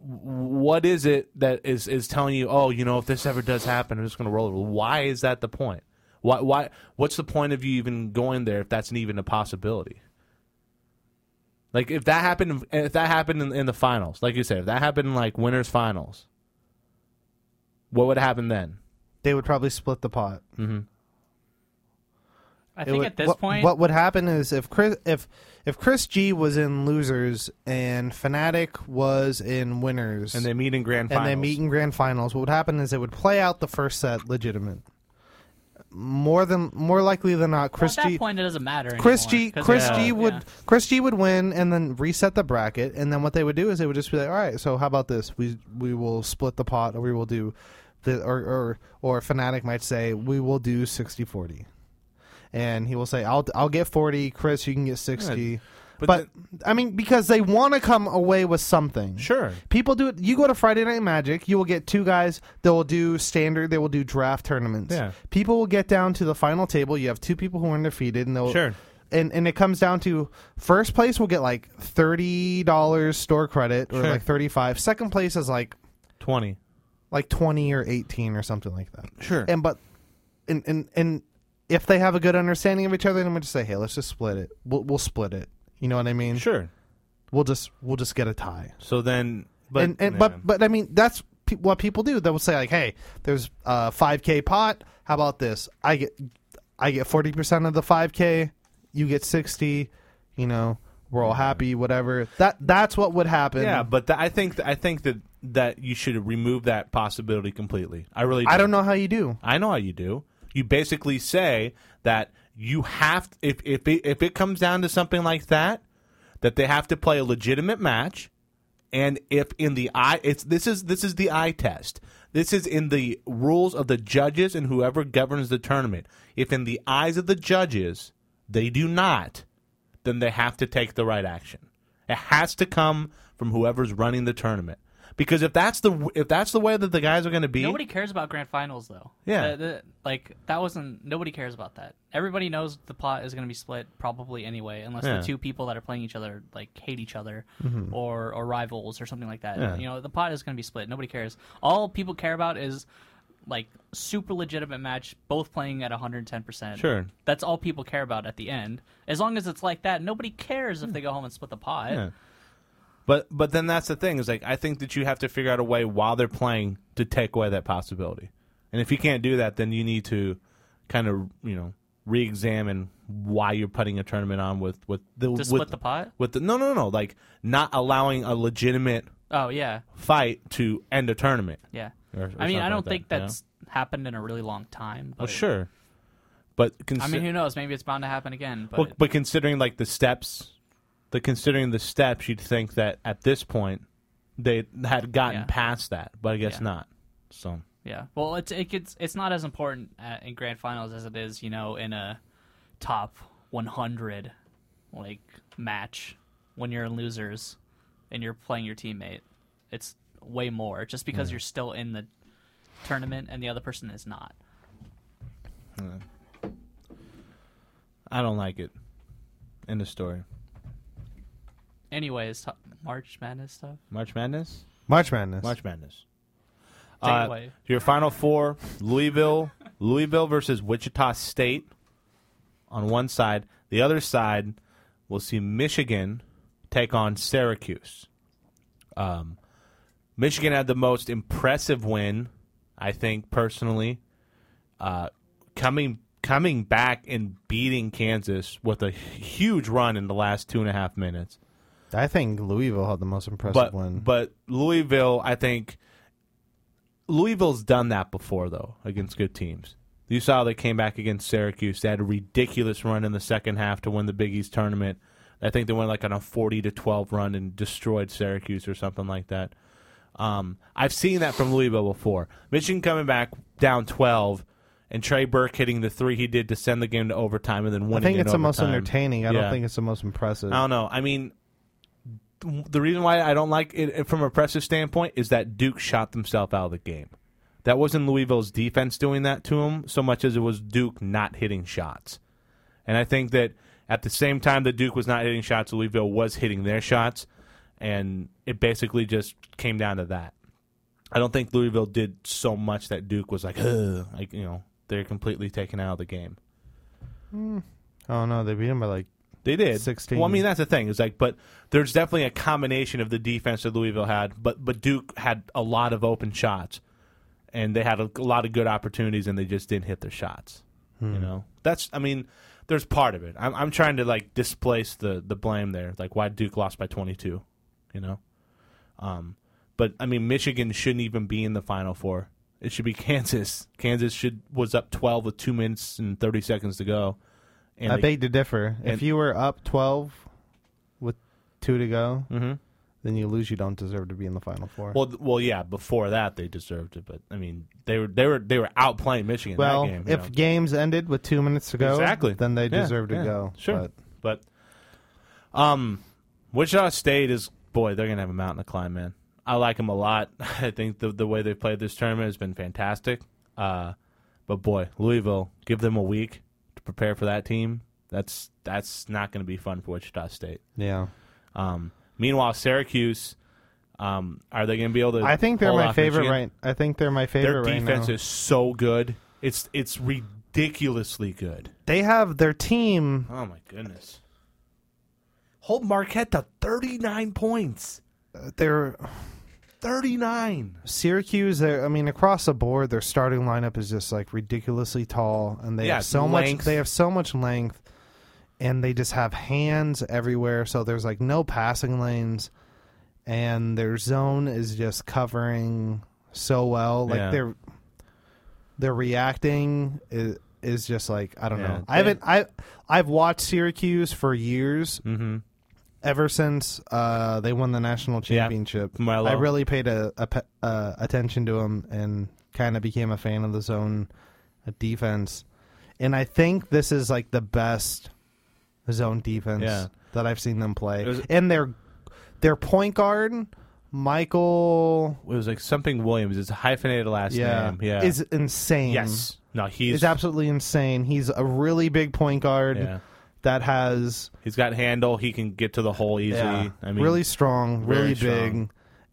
A: what is it that is is telling you? Oh, you know, if this ever does happen, I'm just going to roll over. Why is that the point? Why why what's the point of you even going there if that's even a possibility? Like if that happened, if that happened in, in the finals, like you said, if that happened in like winners finals, what would happen then?
C: They would probably split the pot.
D: I
C: It
D: think
C: would-
D: at this
C: what,
D: point,
C: what would happen is if Chris if if Chris G was in losers and Fnatic was in winners,
A: And they meet in grand
C: and
A: finals.
C: they meet in grand finals, what would happen is it would play out the first set legitimate. More than more likely than not,
D: well,
C: Chris
D: at that
C: G.
D: point it doesn't matter.
C: Chris
D: anymore,
C: G.
D: 'cause
C: Chris
D: it's
C: G.
D: all-
C: would
D: yeah.
C: Chris G. would win, and then reset the bracket, and then what they would do is they would just be like, all right, so how about this? We we will split the pot, or we will do the or or or Fnatic might say we will do 60-40. and he will say I'll I'll get forty, Chris, you can get sixty.
A: But
C: But, I mean, because they want to come away with something.
A: Sure.
C: People do it. You go to Friday Night Magic, you will get two guys that will do standard, they will do draft tournaments.
A: Yeah.
C: People will get down to the final table. You have two people who are undefeated, and they'll.
A: Sure.
C: And, and it comes down to first place will get like $30 store credit or
A: Sure.
C: like 35 second place is like
A: 20.
C: like 20 or 18 or something like that
A: Sure.
C: and but and and and if they have a good understanding of each other then we just say hey let's just split it we'll, we'll split it you know what i mean
A: sure.
C: we'll just we'll just get a tie
A: So then, but
C: and, and
A: yeah.
C: but but I mean that's pe- what people do. They will say like, "Hey, there's a 5k pot. How about this? I get I get 40% of the 5k. You get 60. You know, we're all happy. Whatever. That that's what would happen.
A: Mm-hmm. yeah, but th- I think I think that that you should remove that possibility completely. I really. Do.
C: I don't know how you do.
A: I know how you do. You basically say that you have if if it, if it comes down to something like that, that they have to play a legitimate match, and if in the eye, it's this is this is the eye test. This is in the rules of the judges and whoever governs the tournament. If in the eyes of the judges they do not, then they have to take the right action. It has to come from whoever's running the tournament. Because if that's the if that's the way that the guys are going to be,
D: Nobody cares about grand finals though.
A: Yeah.
D: The- the- like that wasn't. Nobody cares about that. Everybody knows the pot is going to be split probably anyway, unless
A: Yeah. Mm-hmm.
D: the two people that are playing each other like hate each other or or rivals or something like that.
A: Yeah.
D: You know, the pot is going to be split. Nobody cares. All people care about is like super legitimate match, both playing at 110. percent
A: Sure.
D: That's all people care about at the end. As long as it's like that, nobody cares if they go home and split the pot.
A: Yeah. But but then that's the thing is like I think that you have to figure out a way while they're playing to take away that possibility. And if you can't do that, then you need to kind of you know re-examine why you're putting a tournament on with with the
D: To
A: with,
D: split the pot.
A: with the no no no like not allowing a legitimate
D: Oh yeah.
A: fight to end a tournament.
D: Yeah.
A: Or- or
D: I
A: something
D: mean, I
A: like
D: don't
A: that,
D: think
A: you know?
D: that's happened in a really long time.
A: Well,
D: but-
A: sure, but
D: I
A: consi-
D: mean, who knows? Maybe it's bound to happen again. But
A: Well, but considering like the steps, the considering the steps, you'd think that at this point they had gotten
D: Yeah.
A: past that, but I guess
D: Yeah.
A: not. So
D: yeah, well, it's it gets, it's not as important uh in grand finals as it is, you know, in a top 100 like match when you're in losers. and you're playing your teammate, it's way more just
A: Hmm.
D: because you're still in the tournament and the other person is not.
A: I don't like it. End of story.
D: Anyways, t- March Madness stuff.
A: March Madness.
C: March Madness.
A: March Madness.
D: Take it
A: Uh,
D: away.
A: Your final four: Louisville, Louisville versus Wichita State. On one side, the other side, we'll see Michigan take on Syracuse. Um, Michigan had the most impressive win, I think personally, uh, coming coming back and beating Kansas with a huge run in the last two and a half minutes
C: I think Louisville had the most impressive
A: but
C: win.
A: but Louisville, I think Louisville's done that before though against good teams. You saw they came back against Syracuse. They had a ridiculous run in the second half to win the Big East tournament. I think they went like on a forty to twelve run and destroyed Syracuse or something like that. Um, I've seen that from Louisville before. Michigan coming back down twelve, and Trey Burke hitting the three he did to send the game to overtime and then winning.
C: I think
A: in
C: it's the most
A: overtime.
C: entertaining. I
A: Yeah.
C: don't think it's the most impressive.
A: I don't know. I mean, th- the reason why I don't like it from a pressive standpoint is that Duke shot themselves out of the game. That wasn't Louisville's defense doing that to them so much as it was Duke not hitting shots. And I think that at the same time that Duke was not hitting shots, Louisville was hitting their shots, and it basically just came down to that. I don't think Louisville did so much that Duke was like, Ugh, like you know, they're completely taken out of the game.
C: Oh no, they beat him by like.
A: They did.
C: 16.
A: Well, I mean that's the thing. It's like, but there's definitely a combination of the defense that Louisville had, but but Duke had a lot of open shots, and they had a, a lot of good opportunities, and they just didn't hit their shots. You know, that's. I mean, there's part of it. I'm I'm trying to like displace the the blame there, like why Duke lost by 22. You know, um, but I mean Michigan shouldn't even be in the Final Four. It should be Kansas. Kansas should was up 12 with two minutes and 30 seconds to go. And
C: I
A: they-
C: beg to differ.
A: and-
C: if you were up twelve with two to go,
A: Mhm.
C: then you lose. You don't deserve to be in the final four.
A: Well, th- well, yeah. Before that, they deserved it, but I mean, they were they were they were outplaying Michigan
C: Well,
A: that game. you
C: if
A: know.
C: games ended with two minutes to go,
A: Exactly.
C: then they
A: Yeah,
C: deserve to
A: yeah,
C: go.
A: sure.
C: But
A: But, um, Wichita State is boy, they're gonna have a mountain to climb, man. I like them a lot. I think the the way they played this tournament has been fantastic. Uh, but boy, Louisville, give them a week to prepare for that team. That's that's not gonna be fun for Wichita State.
C: yeah,
A: Um, meanwhile, Syracuse, um, are they gonna be able to?
C: I think they're
A: hold
C: my
A: off
C: favorite.
A: Michigan?
C: Right, I think they're my
A: Their
C: favorite.
A: defense
C: right now.
A: is so good. It's it's ridiculously good.
C: they have their team.
A: Oh my goodness. Hold Marquette to 39 points.
C: uh, They're
A: 39.
C: Syracuse. They're, I mean, across the board, their starting lineup is just like ridiculously tall, and they
A: Yeah,
C: have so
A: length.
C: much. They have so much length, and they just have hands everywhere. So there's like no passing lanes, and their zone is just covering so well. Like
A: Yeah.
C: they're they're reacting is, is just like I don't
A: Yeah,
C: know. I
A: they-
C: haven't I I've watched Syracuse for years.
A: Mm-hmm.
C: Ever since uh, they won the national
A: Yeah.
C: championship,
A: Milo.
C: I really paid a, a pe- uh, attention to him and kind of became a fan of the zone uh, defense. And I think this is like the best zone defense
A: Yeah.
C: that I've seen them play.
A: It was-
C: and their their point guard, Michael,
A: It was like something Williams. It's a hyphenated last
C: yeah,
A: name. Yeah.
C: is insane.
A: yes. No, he's
C: is absolutely insane. He's a really big point guard
A: yeah.
C: that has
A: He's got handle. He can get to the hole easily.
C: Yeah.
A: I mean,
C: really strong,
A: very
C: really
A: strong.
C: big,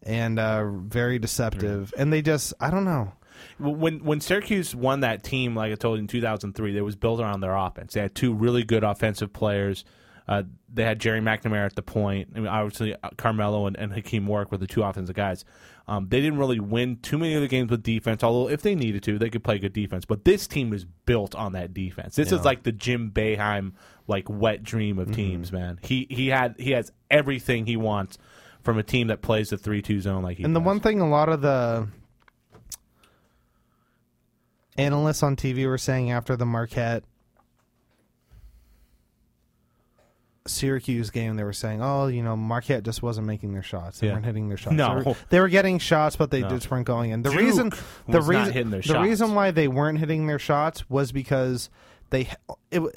C: and uh, very deceptive. And they just, I don't know.
A: when when Syracuse won that team, like I told you in 2003, they was built around their offense. They had two really good offensive players. Uh, they had Jerry McNamara at the point. I mean, obviously uh, Carmelo and, and Hakeem Warwick were the two offensive guys. Um, they didn't really win too many of the games with defense. Although if they needed to, they could play good defense. But this team is built on that defense. This is like the Jim Beheim like wet dream
C: Mm-hmm.
A: of teams, man. He he had he has everything he wants from a team that plays the three two zone like he.
C: And the
A: does.
C: one thing a lot of the analysts on TV were saying after the Marquette Syracuse game, they were saying, "Oh, you know, Marquette just wasn't making their shots. They
A: Yeah.
C: weren't hitting their shots.
A: No.
C: they were, they were getting shots, but they
A: No.
C: just weren't going in. The
A: Duke
C: reason, the
A: was not
C: reason,
A: hitting their
C: the
A: shots.
C: reason why they weren't hitting their shots was because they it, w-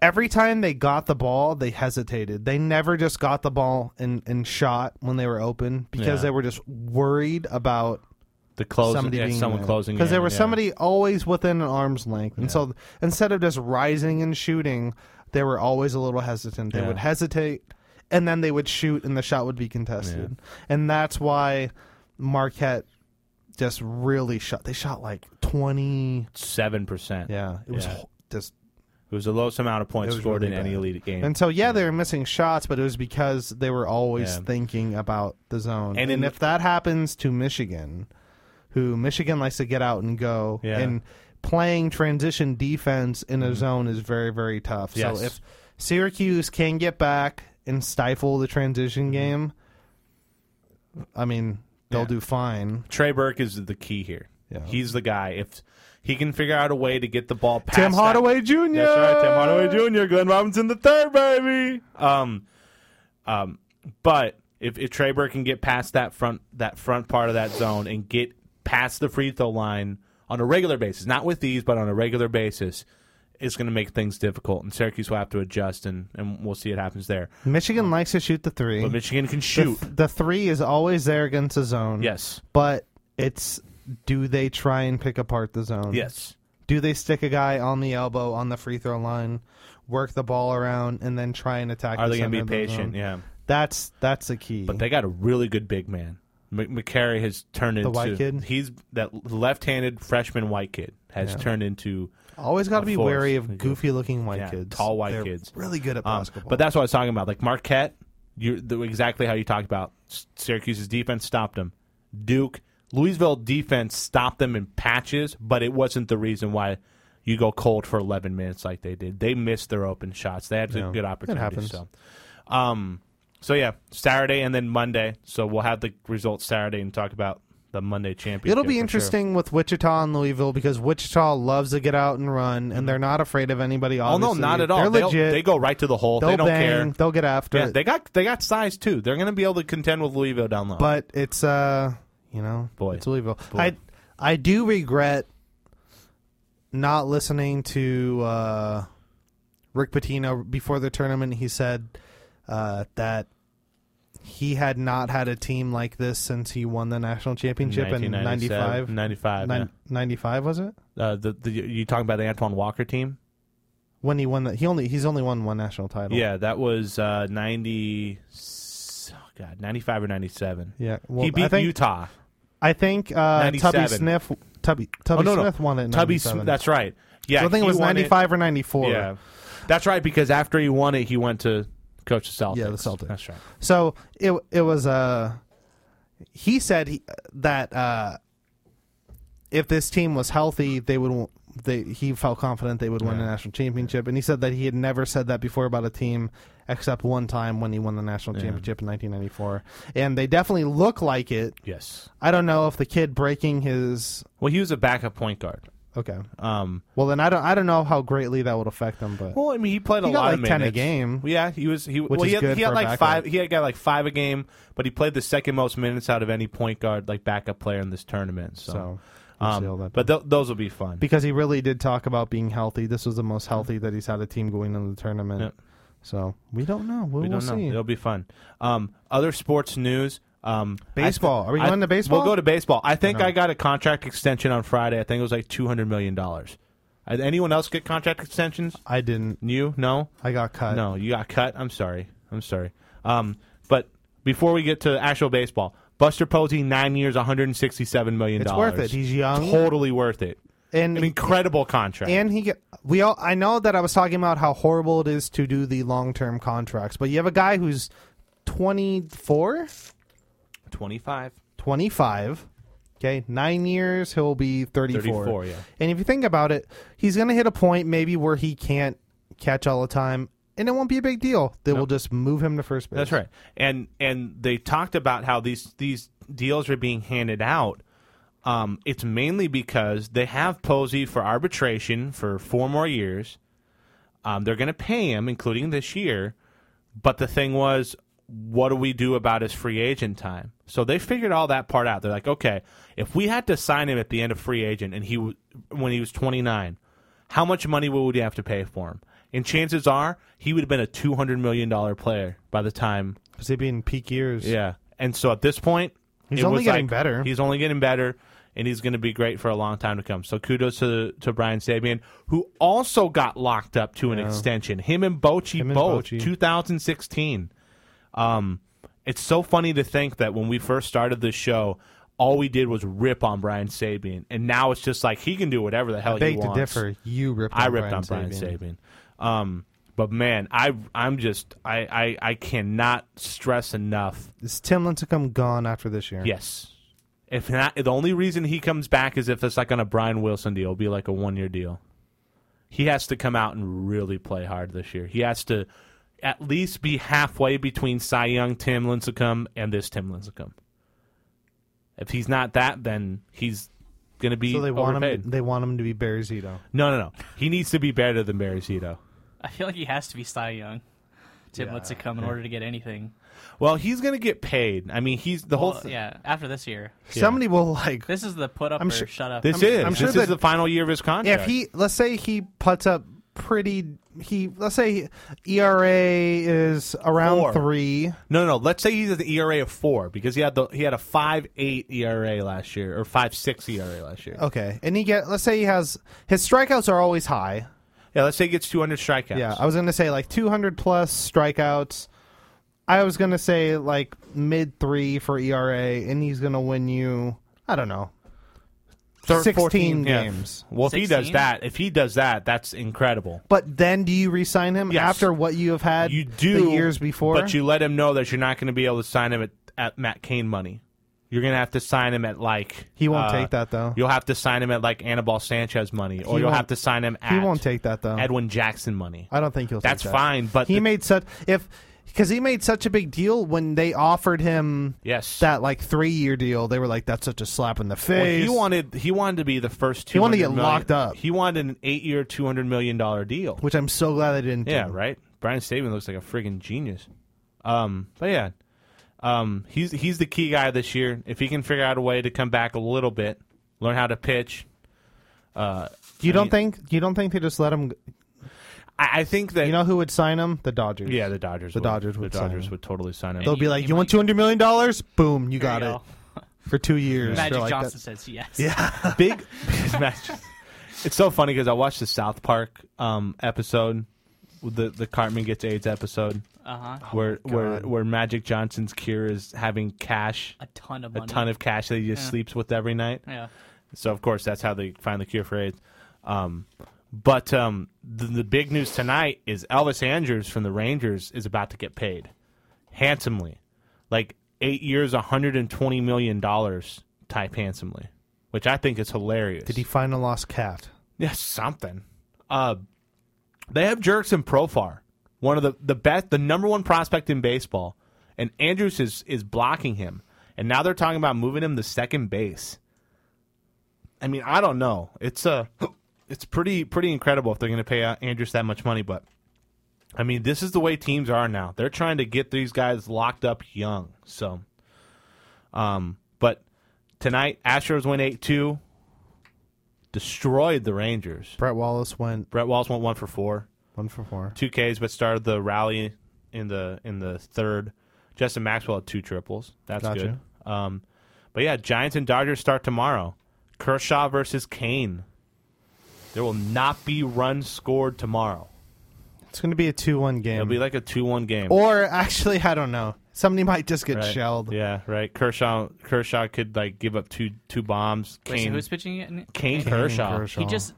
C: every time they got the ball, they hesitated. They never just got the ball and, and shot when they were open because
A: Yeah.
C: they were just worried about
A: The close,
C: somebody
A: yeah,
C: being
A: someone closing
C: because there
A: in,
C: was
A: yeah.
C: somebody always within an arm's length, and so instead of just rising and shooting, they were always a little hesitant. They
A: Yeah.
C: would hesitate, and then they would shoot, and the shot would be contested, and that's why Marquette just really shot. They shot like twenty.
A: seven percent.
C: Yeah, it was
A: Yeah.
C: ho- just
A: It was the lowest amount of
C: It
A: points
C: was
A: scored
C: really
A: in any
C: bad.
A: elite game.
C: And so, yeah, they were missing shots, but it was because they were always
A: Yeah.
C: thinking about the zone.
A: And
C: And,
A: in-
C: if that happens to Michigan, who Michigan likes to get out and go,
A: Yeah. Mm-hmm.
C: and playing transition defense in a zone is very, very tough.
A: Yes.
C: So if Syracuse can get back and stifle the transition game, I mean, they'll
A: Mm-hmm. Yeah.
C: do fine.
A: Trey Burke is the key here.
C: Yeah.
A: He's the guy. If he can figure out a way to get the ball past
C: Tim
A: that-
C: Hardaway Jr.
A: That's right, Tim Hardaway Jr. Glenn Robinson the third, baby. Um, um, but if, if Trey Burke can get past that front that front part of that zone and get past the free throw line on a regular basis, not with these, but on a regular basis, it's going to make things difficult, and Syracuse will have to adjust, and, and we'll see what happens there.
C: Michigan likes to shoot the three.
A: But Michigan can
C: The
A: shoot.
C: th- the three is always there against the zone.
A: Yes.
C: but it's do they try and pick apart the zone?
A: Yes.
C: Do they stick a guy on the elbow on the free throw line, work the ball around, and then try and attack?
A: Are
C: the
A: they going to be
C: center of the
A: patient?
C: zone?
A: Yeah.
C: That's that's the key.
A: But they got a really good big man. Mc- McCary has turned into
C: white kid?
A: He's that left-handed freshman white kid has turned into
C: always got to be
A: Of course.
C: wary of goofy looking white
A: yeah,
C: kids,
A: tall white
C: They're
A: kids.
C: really good at
A: Um,
C: basketball.
A: but that's what I was talking about. Like Marquette, you the, exactly how you talked about S- Syracuse's defense stopped them. Duke, Louisville defense stopped them in patches, but it wasn't the reason why you go cold for 11 minutes like they did. They missed their open shots. They had
C: Yeah,
A: some good
C: it
A: opportunities.
C: happens.
A: So, um, so yeah, Saturday and then Monday. So we'll have the results Saturday and talk about the Monday championship.
C: It'll
A: for
C: be
A: sure.
C: interesting with Wichita and Louisville because Wichita loves to get out and run, and they're not afraid of anybody.
A: Mm-hmm. Oh
C: Obviously.
A: no, not at all.
C: They're
A: They'll-
C: legit.
A: They go right to the hole.
C: They'll
A: They don't
C: bang.
A: care.
C: They'll get after
A: Yeah,
C: it.
A: they got they got size too. They're going to be able to contend with Louisville down low.
C: but it's uh you know
A: Boy.
C: it's Louisville. I I do regret not listening to uh, Rick Pitino before the tournament. He said uh, that he had not had a team like this since he won the national championship in 95.
A: 95.
C: Nin- 95 was it?
A: yeah. uh, the, the you talking about the Antoine Walker team?
C: When he won that he only he's only won one national title.
A: Yeah, that was uh, 90 oh God, 95 or 97.
C: Yeah. Well,
A: he beat
C: I think
A: Utah.
C: I think uh, Tubby
A: 97.
C: Smith Tubby Tubby
A: Oh, no, no.
C: Smith won it in
A: Tubby,
C: 97.
A: Sm- that's right. Yeah,
C: so I think it
A: he
C: was
A: won
C: 95 or 94.
A: Yeah, that's right. Because after he won it, he went to coach the Celtics.
C: Yeah, the Celtics.
A: That's right.
C: So it it was uh he said he, that uh if this team was healthy, they would they he felt confident they would win the national championship and he said that he had never said that before about a team except one time when he won the national championship in 1994. And they definitely look like it.
A: Yes.
C: I don't know if the kid breaking his
A: Well, he was a backup point guard.
C: okay.
A: Um,
C: Well, then I don't I don't know how greatly that would affect them, but
A: Well, I mean, he played a
C: He got
A: lot
C: like
A: of minutes.
C: 10 a game.
A: Yeah, he was. He well,
C: is
A: he had,
C: good
A: he had
C: for a
A: like
C: backup.
A: five. He had got like five a game, but he played the second most minutes out of any point guard, like backup player in this tournament. So,
C: So, we'll see how
A: um,
C: that
A: but th- those will be fun.
C: because he really did talk about being healthy. This was the most healthy that he's had a team going into the tournament.
A: Yep.
C: So we don't know. We'll,
A: we don't
C: we'll
A: know.
C: see.
A: It'll be fun. Um, other sports news. Um, I
C: Baseball. Are we going
A: I-
C: to baseball?
A: We'll go to baseball. I think
C: No.
A: I got a contract extension on Friday. I think it was like two hundred million dollars. Anyone else get contract extensions?
C: I didn't.
A: You no.
C: I got cut.
A: No, you got cut. I'm sorry. I'm sorry. Um, but before we get to actual baseball, Buster Posey, nine years, 167 million
C: It's
A: dollars.
C: worth it. He's young.
A: Totally worth it.
C: and
A: An incredible contract.
C: and he get, we all I know that I was talking about how horrible it is to do the long term contracts, but you have a guy who's 24,
A: 25.
C: 25. Okay, nine years, he'll be 34.
A: 34, yeah.
C: And if you think about it, he's going to hit a point maybe where he can't catch all the time, and it won't be a big deal. They will just move him to first base.
A: That's right. And and they talked about how these these deals are being handed out. Um, it's mainly because they have Posey for arbitration for four more years. Um, they're going to pay him, including this year. But the thing was, what do we do about his free agent time? So they figured all that part out. They're like, okay, if we had to sign him at the end of free agent and he w- when he was 29, how much money would we have to pay for him? and chances are he would have been a two hundred million dollar player by the time.
C: because they'd be in peak years.
A: Yeah, and so at this point,
C: He's
A: it
C: only
A: was
C: getting
A: like,
C: better.
A: He's only getting better, and he's going to be great for a long time to come. So kudos to to Brian Sabian, who also got locked up to an extension. Him and Bochy
C: Him and
A: both,
C: Bochy.
A: 2016. Um, it's so funny to think that when we first started this show, all we did was rip on Brian Sabian, and now it's just like he can do whatever the hell he
C: Beg to
A: wants.
C: differ. You ripped.
A: I ripped on Brian Sabian. Um, but man, I I'm just I, I I cannot stress enough.
C: Is Tim Lincecum gone after this year?
A: Yes, if not, the only reason he comes back is if it's like on a Brian Wilson deal, it'll be like a one year deal. He has to come out and really play hard this year. He has to at least be halfway between Cy Young Tim Lincecum and this Tim Lincecum. If he's not that, then he's gonna be
C: So they want
A: overpaid.
C: him. They want him to be Barry Zito.
A: No, no, no. He needs to be better than Barry Zito.
D: I feel like he has to be Cy Young. Tim
C: Yeah.
D: lets it come in order to get anything.
A: Well, he's gonna get paid. I mean, he's the whole.
D: Well,
A: thing.
D: yeah, after this year,
A: Yeah.
C: Somebody will like.
D: this is the put up
C: I'm
D: or
C: sure-
D: shut up.
A: This
C: I'm-
A: is.
C: I'm sure
A: this
C: that-
A: is the final year of his
C: Yeah,
A: contract.
C: if he let's say he puts up pretty. He let's say ERA is around
A: Four.
C: three.
A: no, no. Let's say he's at the ERA E of four because he had the he had a five eight ERA last year or five six ERA last year.
C: Okay, and he get let's say he has his strikeouts are always high.
A: Yeah, let's say he gets two hundred strikeouts.
C: Yeah, I was gonna say like 200 plus strikeouts. I was gonna say like mid three for ERA, and he's gonna win you. I don't know,
A: Thir-
C: 16
A: 14 yeah.
C: games.
A: Well, if he does
D: 16?
A: that, if he does that, that's incredible.
C: But then do you resign him
A: Yes.
C: after what you have had
A: You do
C: the years before?
A: but you let him know that you're not going to be able to sign him at, at Matt Cain money. You're going to have to sign him at like
C: he won't
A: uh,
C: take that though.
A: You'll have to sign him at like Anibal Sanchez money, or
C: He
A: you'll
C: won't-
A: have to sign him at
C: He won't take that though.
A: Edwin Jackson money.
C: I don't think he'll.
A: That's
C: take that.
A: fine, but
C: He
A: the-
C: made such if because he made such a big deal when they offered him
A: yes,
C: that like three year deal. They were like, "That's such a slap in the
A: Well,
C: face."
A: he wanted he wanted to be the first.
C: He wanted to
A: 200
C: get
A: million
C: locked up.
A: He wanted an eight year, two hundred million dollar deal.
C: which I'm so glad they didn't.
A: yeah,
C: do.
A: right. Brian Saban looks like a friggin' genius. Um, but yeah, um, he's he's the key guy this year. If he can figure out a way to come back a little bit, learn how to pitch. Uh,
C: You
A: I
C: don't
A: mean-
C: think you don't think they just let him?
A: I, I think that
C: You know who would sign him? The Dodgers.
A: yeah, the Dodgers,
C: The
A: would,
C: Dodgers
A: the
C: would sign
A: Dodgers
C: him.
A: would totally sign him.
C: They'll
D: He-
C: be like,
D: he
C: "You want
D: might-
C: two hundred million dollars? Boom! You
D: There
C: got
D: you
C: it
D: go.
C: for two years."
D: Magic
C: They're like,
D: Johnson says yes.
C: Yeah.
A: big match. It's so funny because I watched the South Park um, episode, with the the Cartman gets AIDS episode.
D: Uh huh.
A: where
C: my
A: where
C: God.
A: where Magic Johnson's cure is having cash,
D: A ton of
A: a
D: money.
A: ton of cash that he just
D: Yeah.
A: sleeps with every night.
D: Yeah.
A: So of course that's how they find the cure for AIDS. Um, but um, the, the big news tonight is Elvis Andrews from the Rangers is about to get paid handsomely, like eight years, hundred and twenty million dollars type handsomely, which I think is hilarious.
C: Did he find a lost cat?
A: Yeah, something. Uh, they have Jerks and Profar, one of the, the best, the number one prospect in baseball, and Andrews is is blocking him, and now they're talking about moving him to second base. I mean, I don't know. It's uh it's pretty pretty incredible if they're going to pay uh, Andrews that much money, but I mean, this is the way teams are now. They're trying to get these guys locked up young. So, um, but tonight Astros win eight two, destroyed the Rangers.
C: Brett Wallace went
A: Brett Walls went one for four,
C: one for four.
A: two Ks, but started the rally in the in the third. Justin Maxwell had two triples. That's
C: Gotcha.
A: good. Um, but yeah, Giants and Dodgers start tomorrow. Kershaw versus Kane. There will not be runs scored tomorrow.
C: It's going to be a two-one game.
A: It'll be like a two-one game.
C: or actually, I don't know. Somebody might just get
A: Right.
C: shelled.
A: Yeah, right. Kershaw Kershaw could like give up two two bombs.
D: Wait, so
A: Kane
D: who's pitching it? oh,
A: Kane
C: Kane
A: Kershaw.
C: Kershaw.
D: He just